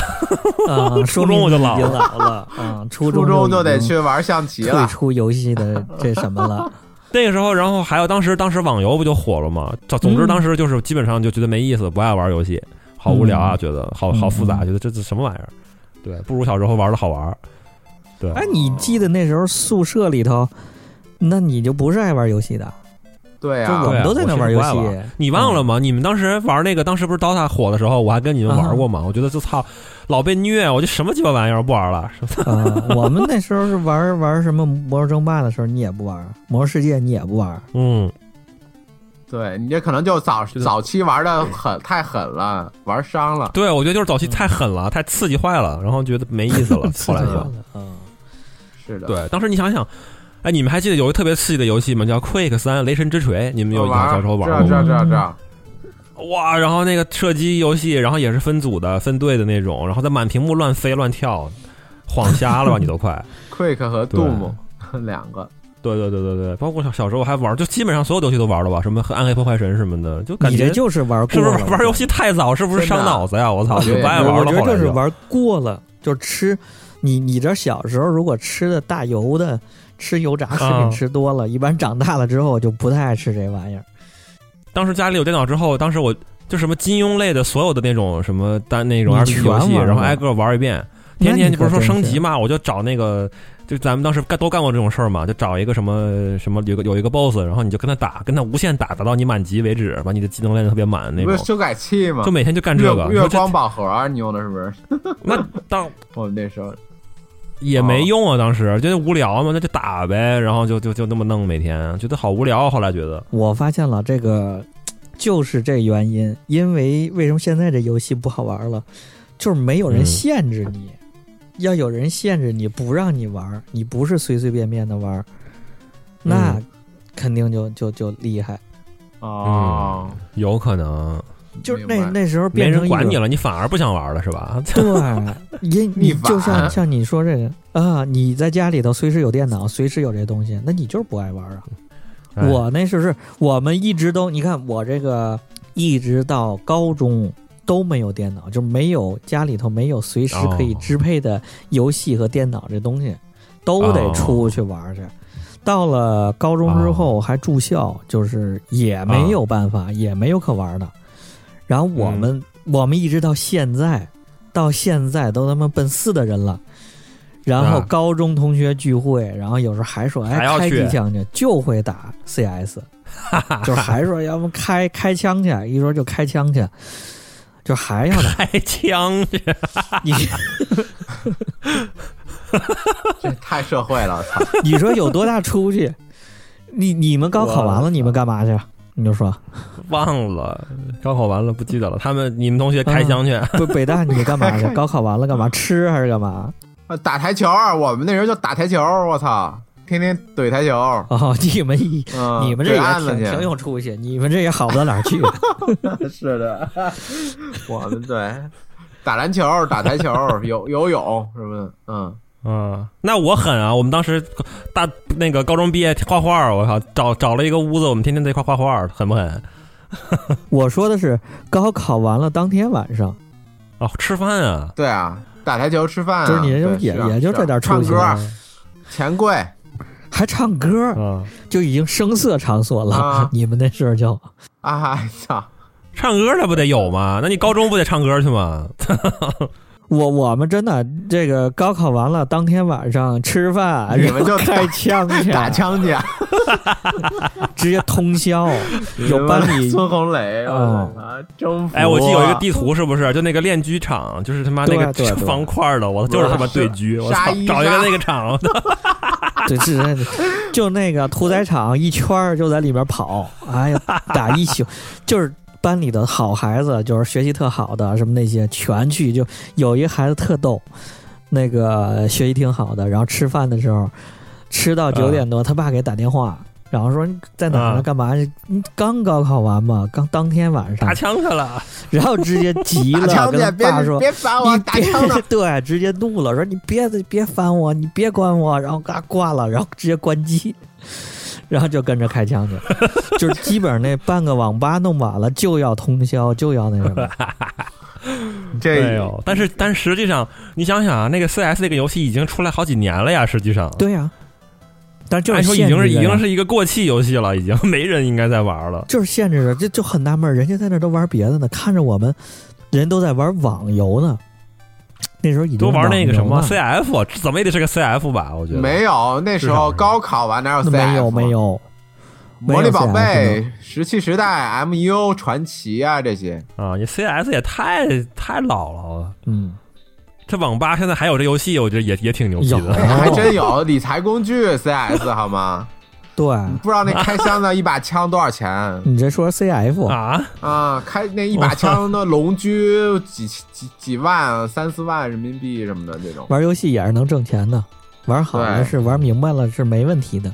[SPEAKER 1] 啊，
[SPEAKER 2] 初
[SPEAKER 1] 说
[SPEAKER 2] 中
[SPEAKER 1] 明
[SPEAKER 2] 我
[SPEAKER 1] 你
[SPEAKER 2] 就
[SPEAKER 1] 已经
[SPEAKER 2] 老了
[SPEAKER 1] 老了 啊，初
[SPEAKER 3] 初中就
[SPEAKER 1] 就
[SPEAKER 3] 得
[SPEAKER 1] 已经
[SPEAKER 3] 去玩象棋
[SPEAKER 1] 退
[SPEAKER 3] 了。
[SPEAKER 1] 出游戏 的这什么 了，
[SPEAKER 2] 那个时候，然后还有当时当时网游不就火了吗？总总
[SPEAKER 1] 嗯
[SPEAKER 2] 之当时就是基本上就觉得没意思，不爱玩游戏，好无聊啊，
[SPEAKER 1] 嗯
[SPEAKER 2] 觉得好好复杂，
[SPEAKER 1] 嗯
[SPEAKER 2] 觉得这是什么玩意儿？对，不如小时候玩的好玩。对，
[SPEAKER 1] 哎，你记得那时候宿舍里头，那你就不是爱玩游戏的，
[SPEAKER 3] 对
[SPEAKER 1] 就
[SPEAKER 3] 啊，
[SPEAKER 1] 我们都在那玩游
[SPEAKER 2] 我是不爱
[SPEAKER 1] 戏。
[SPEAKER 2] 你忘了吗？你们当时玩那个，当时不是 DOTA 火的时候，我还跟你们玩过吗？我觉得就操，老被虐，我就什么鸡巴玩意儿不玩了。
[SPEAKER 1] 啊，我们那时候是玩玩什么《魔兽争霸》的时候，你也不玩儿，《魔兽世界》你也不玩儿，，
[SPEAKER 2] 嗯，
[SPEAKER 3] 对你这可能就早
[SPEAKER 2] 的
[SPEAKER 3] 早期玩的狠太狠了，玩伤了。
[SPEAKER 2] 对，我觉得就是早期太狠了，太刺激坏了，然后觉得没意思了后来就
[SPEAKER 1] 嗯，
[SPEAKER 3] 是的，
[SPEAKER 2] 对。当时你想想，哎，你们还记得有一个特别刺激的游戏吗？叫《Quake 三：雷神之锤》，你们有
[SPEAKER 3] 我
[SPEAKER 2] 印象小
[SPEAKER 3] 呃玩
[SPEAKER 2] 时候玩
[SPEAKER 3] 这
[SPEAKER 2] 过吗？
[SPEAKER 3] 这这这，
[SPEAKER 2] 哇，然后那个射击游戏，然后也是分组的、分队的那种，然后在满屏幕乱飞乱跳，晃瞎了吧你都快。
[SPEAKER 3] Quick 和
[SPEAKER 2] 嗯对
[SPEAKER 3] Doom 两个，
[SPEAKER 2] 对对对对对，包括小小时候还玩，就基本上所有游戏都玩了吧，什么《暗黑破坏神》什么的，就感
[SPEAKER 1] 你
[SPEAKER 2] 觉
[SPEAKER 1] 这就是玩
[SPEAKER 2] 是
[SPEAKER 1] 过
[SPEAKER 2] 不
[SPEAKER 1] 了，
[SPEAKER 2] 是玩游戏太早，是不是伤脑子呀？我操，就
[SPEAKER 3] 真的
[SPEAKER 2] 不爱
[SPEAKER 1] 我
[SPEAKER 2] 玩
[SPEAKER 1] 我
[SPEAKER 2] 了。
[SPEAKER 1] 觉得
[SPEAKER 2] 后
[SPEAKER 1] 就
[SPEAKER 2] 来
[SPEAKER 1] 是玩过了，就吃你你这小时候如果吃的大油的，吃油炸食
[SPEAKER 2] 啊
[SPEAKER 1] 品吃多了，一般长大了之后就不太爱吃这玩意儿。
[SPEAKER 2] 当时家里有电脑之后，当时我就什么金庸类的所有的那种什么单那种
[SPEAKER 1] 你
[SPEAKER 2] RPG 游戏，
[SPEAKER 1] 全玩了
[SPEAKER 2] 然后挨个玩一遍。天
[SPEAKER 1] 那
[SPEAKER 2] 天
[SPEAKER 1] 你
[SPEAKER 2] 你不
[SPEAKER 1] 可
[SPEAKER 2] 是说
[SPEAKER 1] 真
[SPEAKER 2] 升级嘛，我就找那个，就咱们当时干都干过这种事儿嘛，就找一个什么什么有个有一个 boss，然后你就跟他打，跟他无限打，打到你满级为止，把你的技能练得特别满那
[SPEAKER 3] 你不
[SPEAKER 2] 种
[SPEAKER 3] 是，修改器吗
[SPEAKER 2] 就？每天就干这
[SPEAKER 3] 月
[SPEAKER 2] 个。
[SPEAKER 3] 月
[SPEAKER 2] 我说
[SPEAKER 3] 光宝盒啊你用的是不是？
[SPEAKER 2] 这 那当
[SPEAKER 3] 我们那时候
[SPEAKER 2] 也没用啊，当时觉得无聊嘛，那就打呗，然后就就就那么弄，每天觉得好无聊。后来觉得，
[SPEAKER 1] 我发现了这个，就是这原因，因为为什么现在这游戏不好玩了，就是没有人
[SPEAKER 2] 嗯
[SPEAKER 1] 限制你，要有人限制你不让你玩儿，你不是随随便便的玩儿，那
[SPEAKER 2] 嗯
[SPEAKER 1] 肯定就就就厉害。
[SPEAKER 3] 哦，
[SPEAKER 2] 有可能
[SPEAKER 1] 就是
[SPEAKER 3] 明
[SPEAKER 1] 那
[SPEAKER 3] 白
[SPEAKER 1] 那时候
[SPEAKER 2] 没
[SPEAKER 1] 变成
[SPEAKER 2] 人
[SPEAKER 1] 一
[SPEAKER 2] 管你
[SPEAKER 1] 种，
[SPEAKER 2] 了，你反而不想玩了，是吧？
[SPEAKER 1] 对， 因你
[SPEAKER 3] 你
[SPEAKER 1] 就像
[SPEAKER 3] 晚
[SPEAKER 1] 像你说这个啊，你在家里头随时有电脑，随时有这东西，那你就是不爱玩儿啊。
[SPEAKER 2] 哎
[SPEAKER 1] 我那是是我们一直都，你看我这个一直到高中都没有电脑，就没有家里头没有随时可以
[SPEAKER 2] 哦
[SPEAKER 1] 支配的游戏和电脑这东西，都得
[SPEAKER 2] 哦
[SPEAKER 1] 出去玩儿去。到了高中之后还住校，就是也
[SPEAKER 2] 哦
[SPEAKER 1] 没有办法，也没有可玩儿的。然后我们、
[SPEAKER 2] 嗯
[SPEAKER 1] 我们一直到现在，到现在都他妈奔四的人了。然后
[SPEAKER 2] 啊
[SPEAKER 1] 高中同学聚会，然后有时候还说，哎
[SPEAKER 2] 还，要
[SPEAKER 1] 开
[SPEAKER 2] 去
[SPEAKER 1] 几枪去，就会打 CS，就还说要么开开枪去，一说就开枪去，就还要 打。
[SPEAKER 2] 开枪去，
[SPEAKER 1] 你
[SPEAKER 3] 这太社会了，操！
[SPEAKER 1] 你说有多大出息？你你们高考完了，你们干嘛去？你就说
[SPEAKER 2] 忘了高考完了不记得了。嗯他们你们同学开枪去，
[SPEAKER 1] 北北大你们干 嘛去？高考完了
[SPEAKER 2] 嗯
[SPEAKER 1] 干嘛？吃还是干嘛？
[SPEAKER 3] 啊打台球，我们那时候就打台球，我操，天天怼台球，
[SPEAKER 1] 哦，你们一
[SPEAKER 3] 嗯，
[SPEAKER 1] 你们这
[SPEAKER 3] 怼
[SPEAKER 1] 也
[SPEAKER 3] 案子
[SPEAKER 1] 挺挺
[SPEAKER 3] 去，
[SPEAKER 1] 有出息，你们这也好不到哪儿去。
[SPEAKER 3] 是的， 我们对打篮球、打 台球、游游泳什么的，嗯，
[SPEAKER 2] 嗯，那我狠啊！我们当时大那个高中毕业画画，我靠，找找了一个屋子，我们天天在一块画画，狠不狠
[SPEAKER 1] 我说的是高考完了当天晚上，
[SPEAKER 2] 啊？吃饭啊，
[SPEAKER 3] 对啊，打台球、吃饭啊，
[SPEAKER 1] 就是你也就
[SPEAKER 3] 对
[SPEAKER 1] 也
[SPEAKER 3] 是啊
[SPEAKER 1] 也就是
[SPEAKER 3] 啊
[SPEAKER 1] 这点出
[SPEAKER 3] 唱
[SPEAKER 1] 息
[SPEAKER 3] 歌
[SPEAKER 1] 了
[SPEAKER 3] 啊、，钱柜，
[SPEAKER 1] 还唱歌。
[SPEAKER 2] 嗯，
[SPEAKER 1] 就已经声色场所了。
[SPEAKER 3] 啊
[SPEAKER 1] 你们那时候就
[SPEAKER 3] 啊，操，
[SPEAKER 2] 唱歌那不得有吗？那你高中不得唱歌去吗？
[SPEAKER 1] 我我们真的这个高考完了，当天晚上吃饭，
[SPEAKER 3] 你们就打
[SPEAKER 1] 开枪去，啊
[SPEAKER 3] 打枪去，
[SPEAKER 1] 直接通宵。 有班里
[SPEAKER 3] 孙红雷，
[SPEAKER 1] 哦
[SPEAKER 3] 我操啊，征服，
[SPEAKER 2] 哎，我记得有一个地图，是不是就那个练狙场，就是他妈那个
[SPEAKER 1] 对对对
[SPEAKER 2] 方块的，我就是他妈对狙，我
[SPEAKER 3] 杀
[SPEAKER 2] 操
[SPEAKER 3] 一，
[SPEAKER 2] 找一个
[SPEAKER 3] 杀
[SPEAKER 2] 那个场，
[SPEAKER 1] 对，是就那个屠宰场一圈儿就在里边跑，哎 呀，打一宿，就是。班里的好孩子，就是学习特好的，什么那些全去。就有一孩子特逗，那
[SPEAKER 3] 啊
[SPEAKER 1] 个学习挺好的，然后吃饭的时候吃到九点多，他爸给打电话，然后说你在哪儿呢？
[SPEAKER 2] 啊
[SPEAKER 1] 干嘛？你刚高考完嘛，刚当天晚上
[SPEAKER 2] 打，枪去了，
[SPEAKER 1] 然后直接急
[SPEAKER 3] 打
[SPEAKER 1] 了，
[SPEAKER 3] 枪
[SPEAKER 1] 跟
[SPEAKER 3] 去
[SPEAKER 1] 他，
[SPEAKER 3] 别
[SPEAKER 1] 爸说：“
[SPEAKER 3] 别烦啊我，
[SPEAKER 1] 你
[SPEAKER 3] 打枪呢
[SPEAKER 1] 别。对，直接怒了，说你别别烦我，你别管我，然后嘎挂了，然后直接关机，然后就跟着开枪去， 就是基本上那半个网吧弄满了，就要通宵，就要那什么，
[SPEAKER 2] 对
[SPEAKER 3] 这
[SPEAKER 2] 哦。但是但实际上，你想想啊，那个 CS 那个游戏已经出来好几年了呀，实际上，
[SPEAKER 1] 对呀、但就
[SPEAKER 2] 按
[SPEAKER 1] 是
[SPEAKER 2] 说已
[SPEAKER 1] 限
[SPEAKER 2] 经是
[SPEAKER 1] 制
[SPEAKER 2] 已
[SPEAKER 1] 着呀
[SPEAKER 2] 经是一个过气游戏了，已经没人应该再玩了。
[SPEAKER 1] 就是限制着，这就很纳闷儿，人家在那儿都玩别的呢，看着我们人都在玩网游呢，那时候已经
[SPEAKER 2] 多玩那个什么
[SPEAKER 1] 网游了
[SPEAKER 2] CF，怎么也得是个 CF 吧？我觉得
[SPEAKER 3] 没有，那时
[SPEAKER 2] 至少
[SPEAKER 3] 候
[SPEAKER 2] 是
[SPEAKER 3] 高考完哪有啊 CF？
[SPEAKER 1] 啊没有没，有，没有
[SPEAKER 3] 魔力宝
[SPEAKER 1] CF
[SPEAKER 3] 贝、石器时代、MU、传奇啊这些，
[SPEAKER 2] 啊，你 CS 也太太老了。
[SPEAKER 1] 嗯，
[SPEAKER 2] 这网吧现在还有这游戏，我觉得也也挺牛逼
[SPEAKER 1] 有
[SPEAKER 2] 的。
[SPEAKER 1] 哦
[SPEAKER 3] 还真有理财工具 CS 好吗？
[SPEAKER 1] 对。
[SPEAKER 3] 不知道那开箱的一把枪多少钱
[SPEAKER 1] 你这说 CF，、
[SPEAKER 2] 啊，
[SPEAKER 3] 啊？ 开那一把枪的龙狙几几几万、三四万人民币什么的这种。
[SPEAKER 1] 玩游戏也是能挣钱的，玩好了
[SPEAKER 3] 对
[SPEAKER 1] 是玩明白了是没问题的。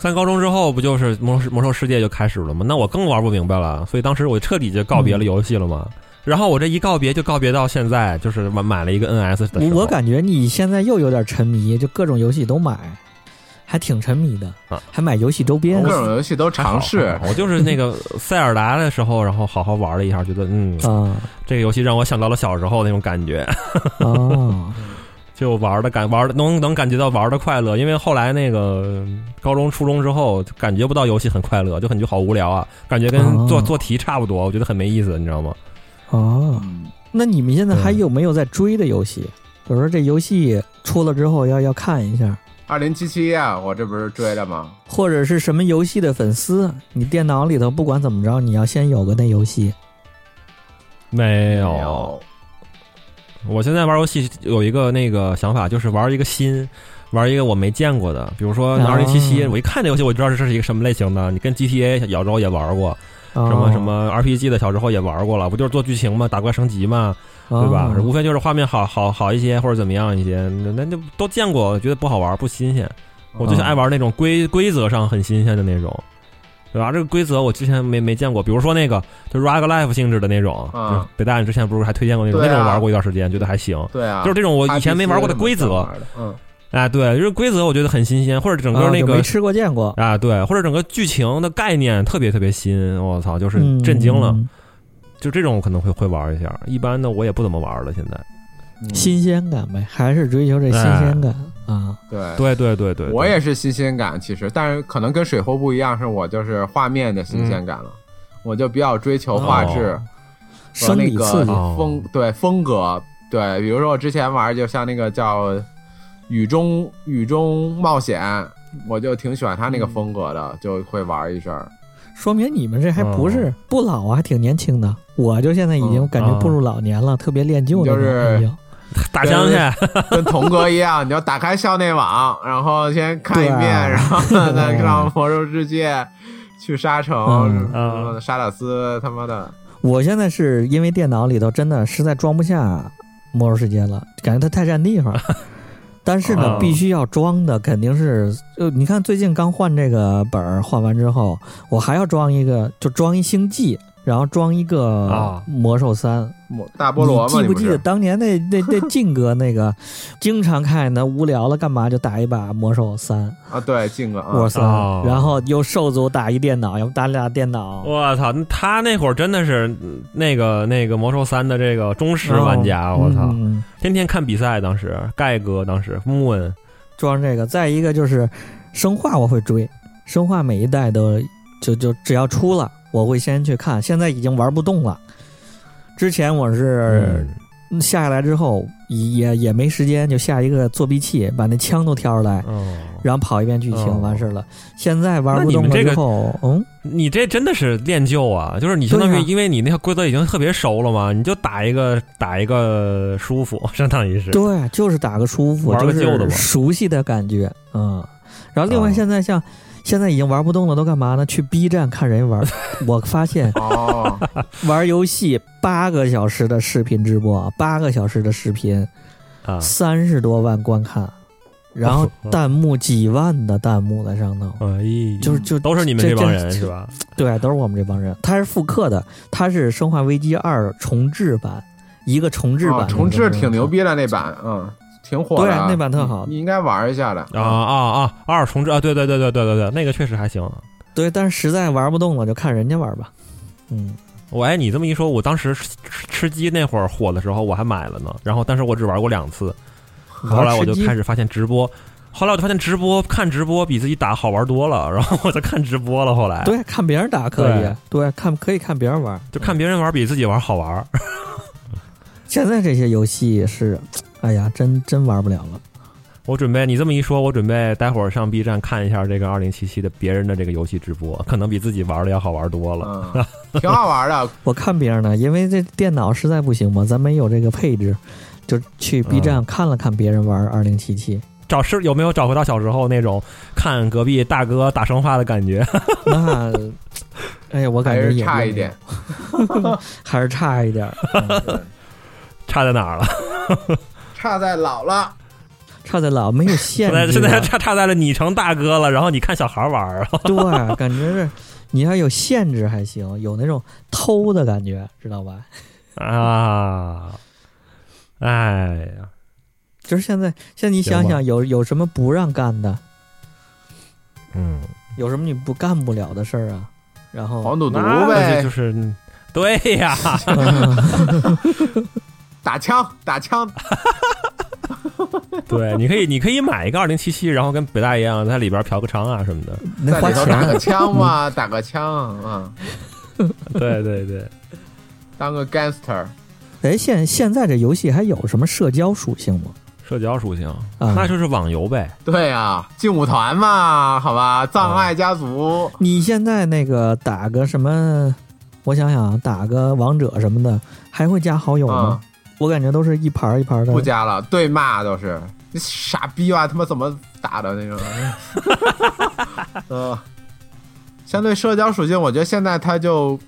[SPEAKER 2] 上高中之后不就是魔兽魔兽世界就开始了吗？那我更玩不明白了，所以当时我彻底就告别了游戏了嘛。然后我这一告别就告别到现在，就是买买了一个 NS 的时
[SPEAKER 1] 我
[SPEAKER 2] 候
[SPEAKER 1] 我感觉你现在又有点沉迷，就各种游戏都买，还挺沉迷的，
[SPEAKER 2] 啊
[SPEAKER 1] 还买游戏周边
[SPEAKER 3] 各。种游戏都尝试，
[SPEAKER 2] 我就是那个塞尔达的时候，然后好好玩了一下，觉得嗯，
[SPEAKER 1] 啊
[SPEAKER 2] 这个游戏让我想到了小时候那种感觉。
[SPEAKER 1] 哦，
[SPEAKER 2] 就玩的感玩的能能感觉到玩的快乐，因为后来那个高中、初中之后，就感觉不到游戏很快乐，就感觉好无聊啊，感觉跟
[SPEAKER 1] 哦
[SPEAKER 2] 做、做题差不多，我觉得很没意思，你知道吗？
[SPEAKER 1] 哦，
[SPEAKER 3] 嗯
[SPEAKER 1] 那你们现在还有没有在追的游戏？比如说这游戏出了之后要要看一下，
[SPEAKER 3] 二零七七啊，我这不是追着吗？
[SPEAKER 1] 或者是什么游戏的粉丝，你电脑里头不管怎么着，你要先有个那游戏。
[SPEAKER 2] 没
[SPEAKER 3] 没
[SPEAKER 2] 有，我现在玩游戏有一个那个想法，就是玩一个新，玩一个我没见过的，比如说
[SPEAKER 1] 哦
[SPEAKER 2] 二零七七，我一看这游戏我就知道这是一个什么类型的，你跟 GTA 小时候也玩过，
[SPEAKER 1] 什
[SPEAKER 2] 什么什么 RPG 的小时候也玩过了，不就是做剧情嘛，打怪升级嘛，
[SPEAKER 1] 哦，
[SPEAKER 2] 对吧？无非就是画面好好好一些，或者怎么样一些，那那就都见过，觉得不好玩，不新鲜。我就
[SPEAKER 1] 想
[SPEAKER 2] 是爱玩那种规规则上很新鲜的那种，对吧？这个规则我之前没没见过，比如说那个就是 rock life 性质的那种，
[SPEAKER 3] 嗯
[SPEAKER 2] 就是北大你之前不是还推荐过那种，
[SPEAKER 3] 对啊
[SPEAKER 2] 那种玩过一段时间，觉得还行。
[SPEAKER 3] 对啊，
[SPEAKER 2] 就是这种我以前没玩过的
[SPEAKER 3] RPG
[SPEAKER 2] 规则，
[SPEAKER 3] 玩的，嗯，
[SPEAKER 2] 啊，对，就是规则我觉得很新鲜，或者整
[SPEAKER 1] 啊
[SPEAKER 2] 个那
[SPEAKER 1] 就
[SPEAKER 2] 个
[SPEAKER 1] 没吃过见过，
[SPEAKER 2] 啊对，或者整个剧情的概念特别特别新，我操，就是震惊了。
[SPEAKER 1] 嗯
[SPEAKER 2] 就这种我可能会会玩一下，一般的我也不怎么玩了。现在，
[SPEAKER 3] 嗯哎
[SPEAKER 1] 新鲜感呗，还是追求这新鲜感啊。
[SPEAKER 3] 对
[SPEAKER 2] 对对对对，对
[SPEAKER 3] 我也是新鲜感，其实，但是可能跟水货不一样，是我就是画面的新
[SPEAKER 1] 嗯
[SPEAKER 3] 鲜感了，我就比较追求画质
[SPEAKER 2] 哦
[SPEAKER 3] 和
[SPEAKER 1] 生
[SPEAKER 3] 那
[SPEAKER 1] 理
[SPEAKER 3] 个啊
[SPEAKER 1] 刺激，
[SPEAKER 2] 哦
[SPEAKER 3] 风，对风格，对，比如说我之前玩就像那个叫《雨中雨中冒险》，我就挺喜欢它那
[SPEAKER 1] 嗯
[SPEAKER 3] 个风格的，就会玩一阵儿。
[SPEAKER 1] 说明你们这还不
[SPEAKER 3] 嗯
[SPEAKER 1] 是不老啊，还挺年轻的。我就现在已经感觉步入老年了，特别恋旧那
[SPEAKER 3] 就
[SPEAKER 1] 种
[SPEAKER 3] 是
[SPEAKER 1] 已经。
[SPEAKER 2] 打枪去，
[SPEAKER 3] 跟童哥一样，你要打开校内网，然后先看一遍，
[SPEAKER 1] 对啊
[SPEAKER 3] 然后 再上《魔兽世界》，去沙城、
[SPEAKER 1] 嗯
[SPEAKER 2] 嗯
[SPEAKER 3] 沙塔斯，他妈的，
[SPEAKER 1] 我现在是因为电脑里头真的实在装不下魔兽世界了，感觉它太占 地方。但是呢
[SPEAKER 3] 啊
[SPEAKER 2] 哦，
[SPEAKER 1] 必须要装的肯定是，就你看最近刚换这个本儿，换完之后，我还要装一个，就装一星际，然后装一个
[SPEAKER 2] 啊
[SPEAKER 1] 魔兽三，
[SPEAKER 3] 莫大菠萝
[SPEAKER 1] 你
[SPEAKER 3] 嘛，
[SPEAKER 1] 记
[SPEAKER 3] 你
[SPEAKER 1] 不
[SPEAKER 3] 不
[SPEAKER 1] 记得
[SPEAKER 3] 是？
[SPEAKER 1] 当年那 那那靖哥那个，经常看他无聊了干嘛就打一把魔兽三、
[SPEAKER 3] 啊，对，靖哥啊
[SPEAKER 1] 沃，三
[SPEAKER 2] 哦，
[SPEAKER 1] 然后又兽族打一电脑，要不打俩电脑。
[SPEAKER 2] 我操，那他那会儿真的是嗯那个那个魔兽三的这个忠实玩家，
[SPEAKER 1] 哦
[SPEAKER 2] 我操，
[SPEAKER 1] 嗯
[SPEAKER 2] 天天看比赛，当时盖哥当时 Moon
[SPEAKER 1] 装这个，再一个就是生化，我会追，生化每一代都就就只要出了，我会先去看。现在已经玩不动了，之前我
[SPEAKER 2] 嗯
[SPEAKER 1] 是下下来之后也也没时间，就下一个作弊器，把那枪都挑出来，
[SPEAKER 2] 哦，
[SPEAKER 1] 然后跑一遍剧
[SPEAKER 2] 哦
[SPEAKER 1] 情，完事儿了。现在玩
[SPEAKER 2] 那
[SPEAKER 1] 不
[SPEAKER 2] 你
[SPEAKER 1] 动
[SPEAKER 2] 们
[SPEAKER 1] 了
[SPEAKER 2] 这个
[SPEAKER 1] 之后，嗯，
[SPEAKER 2] 你这真的是练就啊，就是你相当
[SPEAKER 1] 对
[SPEAKER 2] 于
[SPEAKER 1] 啊
[SPEAKER 2] 因为你那个规则已经特别熟了嘛，你就打一个打一个舒服，相当于是
[SPEAKER 1] 对，就是打个舒服，
[SPEAKER 2] 玩
[SPEAKER 1] 就
[SPEAKER 2] 个旧的吧
[SPEAKER 1] 是熟悉的感觉，嗯。然后另
[SPEAKER 2] 啊
[SPEAKER 1] 外现在像、现在已经玩不动了，都干嘛呢？去 B 站看人 玩儿。我发现
[SPEAKER 3] 哦，
[SPEAKER 1] 玩游戏八个小时的视频直播，八个小时的视频
[SPEAKER 2] 啊，哦
[SPEAKER 1] 三十多万观看，然后弹幕几万的弹幕在上头，
[SPEAKER 2] 哎，
[SPEAKER 1] 就是就
[SPEAKER 2] 都是你们
[SPEAKER 1] 这
[SPEAKER 2] 这帮
[SPEAKER 1] 这
[SPEAKER 2] 人
[SPEAKER 1] 这
[SPEAKER 2] 是吧？
[SPEAKER 1] 对，都是我们这帮人。它是复刻的，它是《生化危机二》重制版，一个重制版、
[SPEAKER 3] 啊重置挺牛，逼的那版，嗯，挺火的啊，
[SPEAKER 1] 对那版特好
[SPEAKER 3] 你你应该玩一 下的
[SPEAKER 2] 啊啊啊！二重置啊，对对对对对对对，那个确实还行。
[SPEAKER 1] 对，但是实在玩不动了，就看人家玩吧。嗯，
[SPEAKER 2] 我哎，你这么一说，我当时吃吃吃鸡那会儿火的时候，我还买了呢。然后，但是我只玩过两次。后来我就开
[SPEAKER 1] 始
[SPEAKER 2] 始发现直播，后来我就发现直播看直播比自己打好玩多了，然后我就看直播了。后来
[SPEAKER 1] 对看别人打可以，对看可以看别人玩。
[SPEAKER 2] 就看别人玩比自己玩好玩。
[SPEAKER 1] 现在这些游戏是，哎呀，真真玩不了了。
[SPEAKER 2] 我准备你这么一说，我准备待会儿上 B 站看一下这个二零七七的别人的这个游戏直播，可能比自己玩的要好玩多了。
[SPEAKER 3] 嗯，挺好玩的，
[SPEAKER 1] 我看别人的，因为这电脑实在不行嘛，咱没有这个配置，就
[SPEAKER 2] 嗯
[SPEAKER 1] 去 B 站看了看别人玩二零七七，
[SPEAKER 2] 找是有没有找回到小时候那种看隔壁大哥打生化的感觉？
[SPEAKER 1] 那， 哎呀，我感
[SPEAKER 3] 还
[SPEAKER 1] 觉
[SPEAKER 3] 是
[SPEAKER 1] 也
[SPEAKER 3] 差
[SPEAKER 1] 没
[SPEAKER 3] 一
[SPEAKER 1] 有
[SPEAKER 3] 点，。
[SPEAKER 1] 还是差一点儿，
[SPEAKER 2] 差在哪儿了？
[SPEAKER 3] 差在老了，
[SPEAKER 1] 差在老没有限
[SPEAKER 2] 现
[SPEAKER 1] 制
[SPEAKER 2] 在
[SPEAKER 1] 啊。
[SPEAKER 2] 现在差差在了你成大哥了，然后你看小孩玩儿啊？
[SPEAKER 1] 对，感觉是你要有限制还行，有那种偷的感觉，知道吧？
[SPEAKER 2] 啊，哎呀，
[SPEAKER 1] 就是现在，现在你想
[SPEAKER 2] 行
[SPEAKER 1] 想，有有什么不让干的，
[SPEAKER 2] 嗯。
[SPEAKER 1] 有什么你不干不了的事儿啊？然后
[SPEAKER 3] 黄赌毒
[SPEAKER 2] 那就
[SPEAKER 3] 呗
[SPEAKER 2] 就，是嗯对呀，
[SPEAKER 3] 打枪打枪，
[SPEAKER 2] 对，你可以你可以买一个二零七七，然后跟北大一样，在里边嫖个娼啊什么的。
[SPEAKER 1] 那
[SPEAKER 3] 在
[SPEAKER 1] 花
[SPEAKER 3] 里头打
[SPEAKER 1] 钱
[SPEAKER 3] 个 枪嘛，打个枪，嗯，
[SPEAKER 2] 对对对，
[SPEAKER 3] 当个 gangster，
[SPEAKER 1] 哎，现现在这游戏还有什么社交属性吗？
[SPEAKER 2] 社交属性，
[SPEAKER 1] 啊
[SPEAKER 2] 那就是网游呗。
[SPEAKER 3] 对啊，劲舞团嘛，好
[SPEAKER 1] 哦
[SPEAKER 3] 吧，葬爱家族，
[SPEAKER 1] 你现在那个打个什么？我想想啊，打个王者什么的，还会加好友
[SPEAKER 3] 嗯
[SPEAKER 2] 啊
[SPEAKER 1] 吗？我感觉都是一盘儿一盘儿的。
[SPEAKER 3] 不加了，对骂都是，你傻逼吧，他妈怎么打的那种， 嗯，相对社交属性，我觉得现在他就，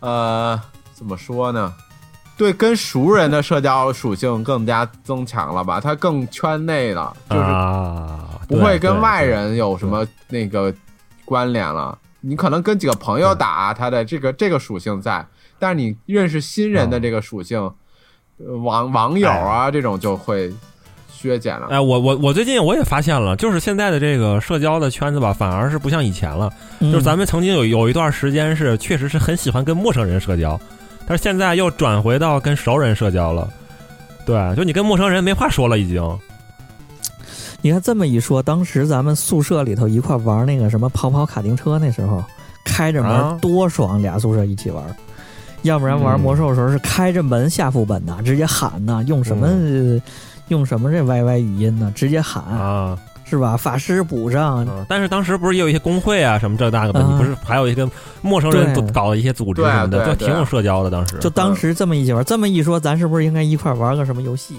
[SPEAKER 3] 呃，怎么说呢？对，跟熟人的社交属性更加增强了吧？他更圈内了，就是
[SPEAKER 2] 啊，
[SPEAKER 3] 不
[SPEAKER 2] 对
[SPEAKER 3] 会跟外。
[SPEAKER 2] 对对
[SPEAKER 3] 人有什么那个关联了。你可能跟几个朋友打，他的这个这个属性在，但是你认识新人
[SPEAKER 2] 嗯
[SPEAKER 3] 的这个属性，呃网网友啊这种就会削减了。
[SPEAKER 2] 哎，我我我最近我也发现了，就是现在的这个社交的圈子吧，反而是不像以前了。
[SPEAKER 1] 嗯
[SPEAKER 2] 就是咱们曾经有有一段时间是确实是很喜欢跟陌生人社交，但是现在又转回到跟熟人社交了。对，就你跟陌生人没话说了，已经。
[SPEAKER 1] 你看这么一说，当时咱们宿舍里头一块玩那个什么跑跑卡丁车，那时候开着
[SPEAKER 2] 啊
[SPEAKER 1] 门多爽，俩宿舍一起玩。要不然玩
[SPEAKER 2] 嗯
[SPEAKER 1] 魔兽的时候是开着门下副本呐，直接喊呐，用什么、用什么这 YY 语音呢？直接喊、
[SPEAKER 2] 嗯啊，
[SPEAKER 1] 是吧？法师补上，
[SPEAKER 2] 嗯但是当时不是也有一些工会啊什么这那个的，
[SPEAKER 1] 啊
[SPEAKER 2] 你不是还有一些陌生人
[SPEAKER 1] 对
[SPEAKER 2] 组搞的一些组织
[SPEAKER 3] 对
[SPEAKER 2] 什么的，
[SPEAKER 3] 对
[SPEAKER 2] 就挺有社交的。当时
[SPEAKER 1] 就当时这么一起玩。这么一说，咱是不是应该一块玩个什么游戏？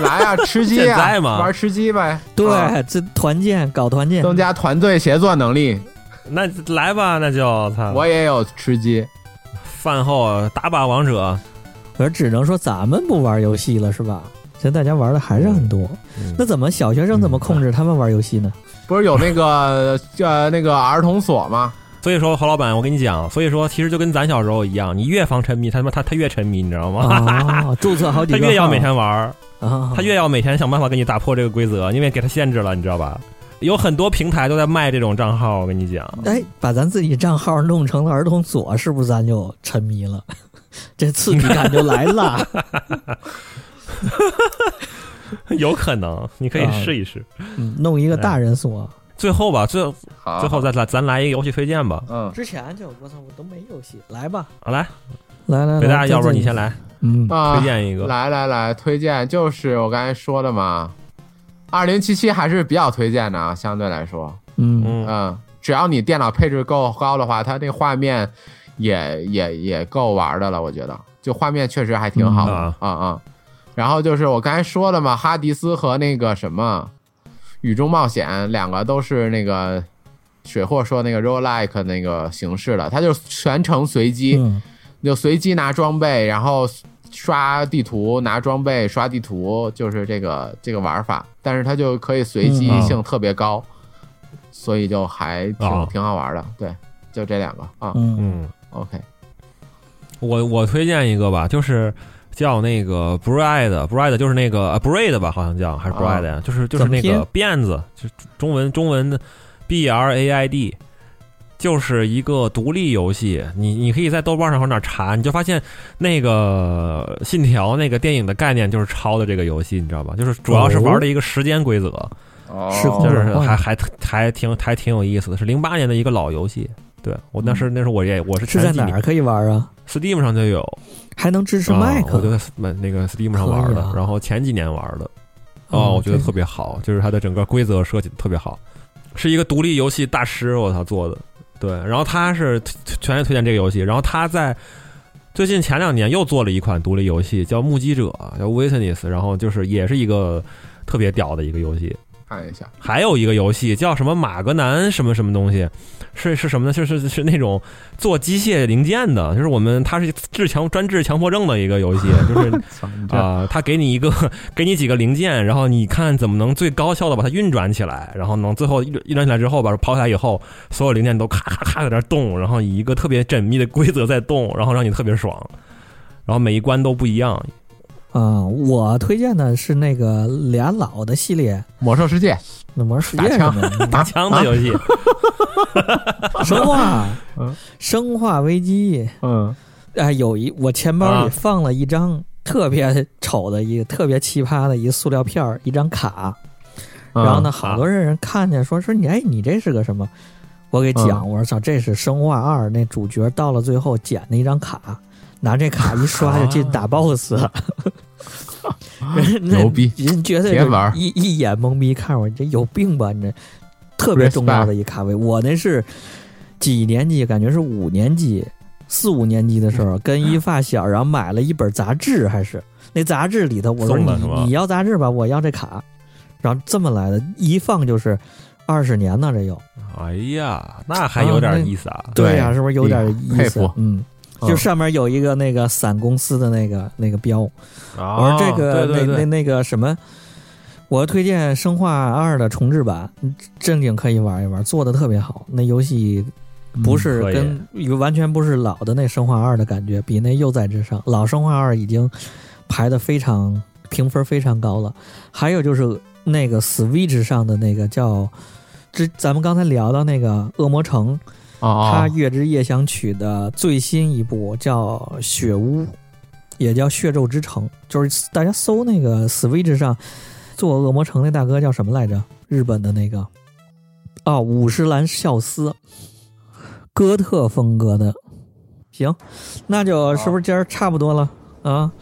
[SPEAKER 3] 来啊，吃鸡
[SPEAKER 2] 现
[SPEAKER 3] 啊，
[SPEAKER 2] 在嘛
[SPEAKER 3] 玩吃鸡呗，
[SPEAKER 1] 对，
[SPEAKER 3] 啊
[SPEAKER 1] 这团建搞团建，
[SPEAKER 3] 增加团队协作能力。
[SPEAKER 2] 那来吧，那就操，
[SPEAKER 3] 我也有吃鸡，
[SPEAKER 2] 饭后打把王者。
[SPEAKER 1] 我只能说咱们不玩游戏了，是吧？现在大家玩的还是很多。
[SPEAKER 2] 嗯
[SPEAKER 1] 那怎么小学生怎么
[SPEAKER 2] 嗯
[SPEAKER 1] 控制他们玩游戏呢？
[SPEAKER 3] 不是有 那个呃那个儿童锁吗？
[SPEAKER 2] 所以说，侯老板，我跟你讲，所以说其实就跟咱小时候一样，你越防沉迷，他他妈他他越沉迷，你知 道吗？
[SPEAKER 1] 啊，注册好几
[SPEAKER 2] 他
[SPEAKER 1] 个号，
[SPEAKER 2] 越要每天玩儿，
[SPEAKER 1] 啊，
[SPEAKER 2] 他越要每天想办法给你打破这个规则，因为给他限制了，你知道吧？有很多平台都在卖这种账号，我跟你讲，
[SPEAKER 1] 哎，把咱自己账号弄成了儿童锁，是不是咱就沉迷了？ 这刺激感就来 了。
[SPEAKER 2] 有可能你可以
[SPEAKER 1] 啊
[SPEAKER 2] 试一试。
[SPEAKER 1] 嗯弄一个大人锁，
[SPEAKER 2] 最后吧，最
[SPEAKER 3] 好，
[SPEAKER 2] 最后再来咱来一个游戏推荐吧，
[SPEAKER 3] 嗯
[SPEAKER 1] 之前就我操，我都没游戏，来吧，
[SPEAKER 2] 好来，
[SPEAKER 1] 来
[SPEAKER 3] 嗯
[SPEAKER 1] 来来，
[SPEAKER 2] 北大，
[SPEAKER 1] 再
[SPEAKER 2] 要不然你
[SPEAKER 1] 见
[SPEAKER 2] 先来
[SPEAKER 1] 嗯，
[SPEAKER 3] 啊，
[SPEAKER 2] 推荐一个。
[SPEAKER 3] 来来来，推荐就是我刚才说的嘛，二零七七还是比较推荐的啊，相对来说，
[SPEAKER 1] 嗯
[SPEAKER 2] 嗯，
[SPEAKER 3] 嗯，只要你电脑配置够高的话，它那画面也也也够玩的了，我觉得，就画面确实还挺好的，
[SPEAKER 2] 嗯
[SPEAKER 3] 啊啊、然后就是我刚才说的嘛，哈迪斯和那个什么雨中冒险两个都是那个水货说那个 roguelike 那个形式的，它就是全程随机，
[SPEAKER 1] 嗯
[SPEAKER 3] 就随机拿装备，然后刷地图、拿装备、刷地图，就是这个这个玩法，但是它就可以随机
[SPEAKER 2] 嗯
[SPEAKER 3] 性特别高，所以就还挺、
[SPEAKER 2] 啊
[SPEAKER 3] 挺好玩的。对，就这两个啊、
[SPEAKER 1] 嗯
[SPEAKER 2] 嗯，
[SPEAKER 3] o k
[SPEAKER 2] 我我推荐一个吧，就是叫那个 braid，braid 就是那个、呃 braid 吧，好像叫还是
[SPEAKER 3] 啊
[SPEAKER 2] braid 呀、就是就是
[SPEAKER 1] 怎么
[SPEAKER 2] 那
[SPEAKER 1] 拼
[SPEAKER 2] 个辫子，就中文中文的 b r a i d，就是一个独立游戏。你你可以在豆瓣上或者哪儿查，你就发现那个《信条》那个电影的概念就是抄的这个游戏，你知道吧？就是主要是玩的一个时间规则，
[SPEAKER 3] 哦
[SPEAKER 1] 是空
[SPEAKER 2] 就
[SPEAKER 1] 的
[SPEAKER 2] 是
[SPEAKER 1] 哦
[SPEAKER 2] 还还还挺还挺有意思的，是零八年的一个老游戏。对我那时那时候我也我是
[SPEAKER 1] 嗯是
[SPEAKER 2] 前
[SPEAKER 1] 在
[SPEAKER 2] 几
[SPEAKER 1] 哪
[SPEAKER 2] 年
[SPEAKER 1] 儿可以玩啊？
[SPEAKER 2] Steam 上就有，
[SPEAKER 1] 还能支持
[SPEAKER 2] 啊
[SPEAKER 1] Mac？
[SPEAKER 2] 我就在 s- 买那个 Steam 上玩
[SPEAKER 1] 可以
[SPEAKER 2] 的
[SPEAKER 1] 啊，
[SPEAKER 2] 然后前几年玩的，
[SPEAKER 1] 哦
[SPEAKER 2] 哦，我觉得
[SPEAKER 1] 这个
[SPEAKER 2] 特别好，就是它的整个规则设计得特别好，是一个独立游戏大师，我操做的，对，然后他是推全力推荐这个游戏，然后他在最近前两年又做了一款独立游戏，叫《目击者》，叫 Witness，然后就是也是一个特别屌的一个游戏，
[SPEAKER 3] 看一下，
[SPEAKER 2] 还有一个游戏叫什么马格南什么什么东西，是是什么呢？是是是那种做机械零件的，就是我们它是治强专治强迫症的一个游戏，就是
[SPEAKER 3] 操你这
[SPEAKER 2] 啊，它给你一个 给你几个零件，然后你看怎么能最高效的把它运转起来，然后能最后运运转起来之后，把它抛下来以后，所有零件都咔咔咔在那儿动，然后以一个特别缜密的规则在动，然后让你特别爽，然后每一关都不一样。
[SPEAKER 1] 啊，我推荐的是那个俩老的系列，
[SPEAKER 3] 魔兽 世界啊
[SPEAKER 1] 那魔兽世
[SPEAKER 3] 打
[SPEAKER 1] 界
[SPEAKER 3] 枪
[SPEAKER 1] 什么的
[SPEAKER 2] 打枪的游戏，
[SPEAKER 1] 生化
[SPEAKER 3] 嗯，
[SPEAKER 1] 生化危机。
[SPEAKER 3] 嗯，
[SPEAKER 1] 哎，有一我钱包
[SPEAKER 2] 啊
[SPEAKER 1] 里放了一张特别丑的一个特别奇葩的一个塑料片儿，一张卡。
[SPEAKER 3] 啊
[SPEAKER 1] 然后呢，好多人看见说说你哎，你这是个什么？我给
[SPEAKER 3] 啊
[SPEAKER 1] 讲，我说操，这是《生化二》那主角到了最后捡的一张卡，拿这卡一刷就进打 BOSS。人那
[SPEAKER 3] 牛逼
[SPEAKER 1] 人绝对
[SPEAKER 3] 别
[SPEAKER 1] 就
[SPEAKER 3] 玩儿
[SPEAKER 1] 一一眼懵逼看我，你这有病吧？你这特别重要的一卡位，我那是几年级？感觉是五年级、四五年级的时候，跟一发小，然后买了一本杂志，还是那杂志里头，我说
[SPEAKER 2] 送
[SPEAKER 1] 你
[SPEAKER 2] 了是吧
[SPEAKER 1] 你要杂志吧，我要这卡，然后这么来的，一放就是二十年呢，这又哎
[SPEAKER 2] 哎呀，那还有点意思啊！
[SPEAKER 3] 对
[SPEAKER 1] 呀、是不是有点意
[SPEAKER 3] 佩
[SPEAKER 1] 思
[SPEAKER 3] 服？
[SPEAKER 1] 嗯。
[SPEAKER 3] 嗯
[SPEAKER 1] 就上面有一个那个伞公司的那个那个标，啊我
[SPEAKER 2] 我
[SPEAKER 1] 说这个、
[SPEAKER 2] 啊哦对对
[SPEAKER 1] 那那
[SPEAKER 2] 对，
[SPEAKER 1] 那个什么，我推荐《生化二》的重置版，嗯正经可以玩一玩，做的特别好。那游戏不是
[SPEAKER 2] 嗯可以
[SPEAKER 1] 跟、完全不是老的那《生化二》的感觉，比那又在之上。老《生化二》已经排的非常评分非常高了。还有就是那个 Switch 上的那个叫。之咱们刚才聊到那个《恶魔城》，
[SPEAKER 3] 哦
[SPEAKER 1] 它
[SPEAKER 3] 哦
[SPEAKER 1] 《月之夜想曲》的最新一部叫《血屋》，也叫《血咒之城》，就是大家搜那个 Switch 上做恶魔城那大哥叫什么来着？日本的那个哦，五十岚孝司，哥特风格的。行，那就是不是今儿差不多了啊？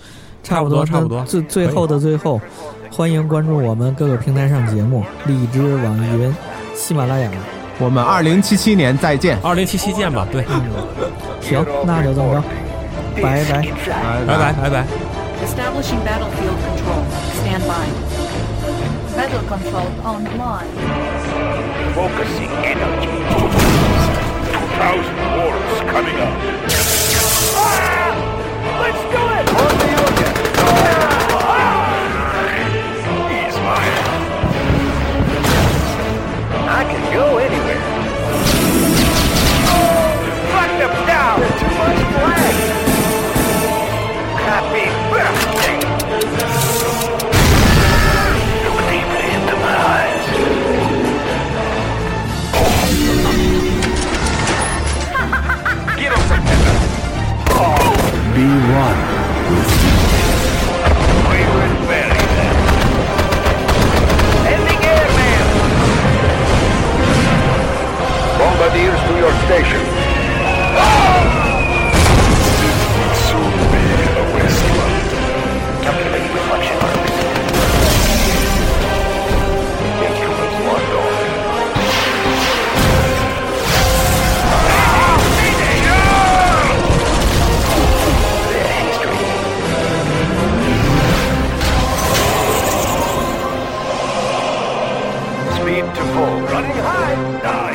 [SPEAKER 1] 差不多，
[SPEAKER 2] 差不多
[SPEAKER 1] 那最最后的最后，欢迎关注我们各个平台上节目，荔枝、网易云、喜马拉雅。
[SPEAKER 3] 我们二零七七年再见，
[SPEAKER 2] 二零七七见吧，对，
[SPEAKER 1] 嗯行，那就这么着，拜拜。
[SPEAKER 3] 拜
[SPEAKER 2] 拜拜拜拜。
[SPEAKER 4] Establishing battlefield control. Stand by. Battle control online.
[SPEAKER 5] Focusing energy. 2,000 orbs coming up. Ah! Let's do it! Ah! He's mine. I can go anywhere. Fuck them down! Too much flag! Copy. Look deeply into my eyes. Get him, Protector! Be one. Wayward Berry. Ending airman! Bombardiers to your station. Will soon be a wasteland. Calculating reflection orbit. Instruments locked on. Speed to full. Running high. Nine.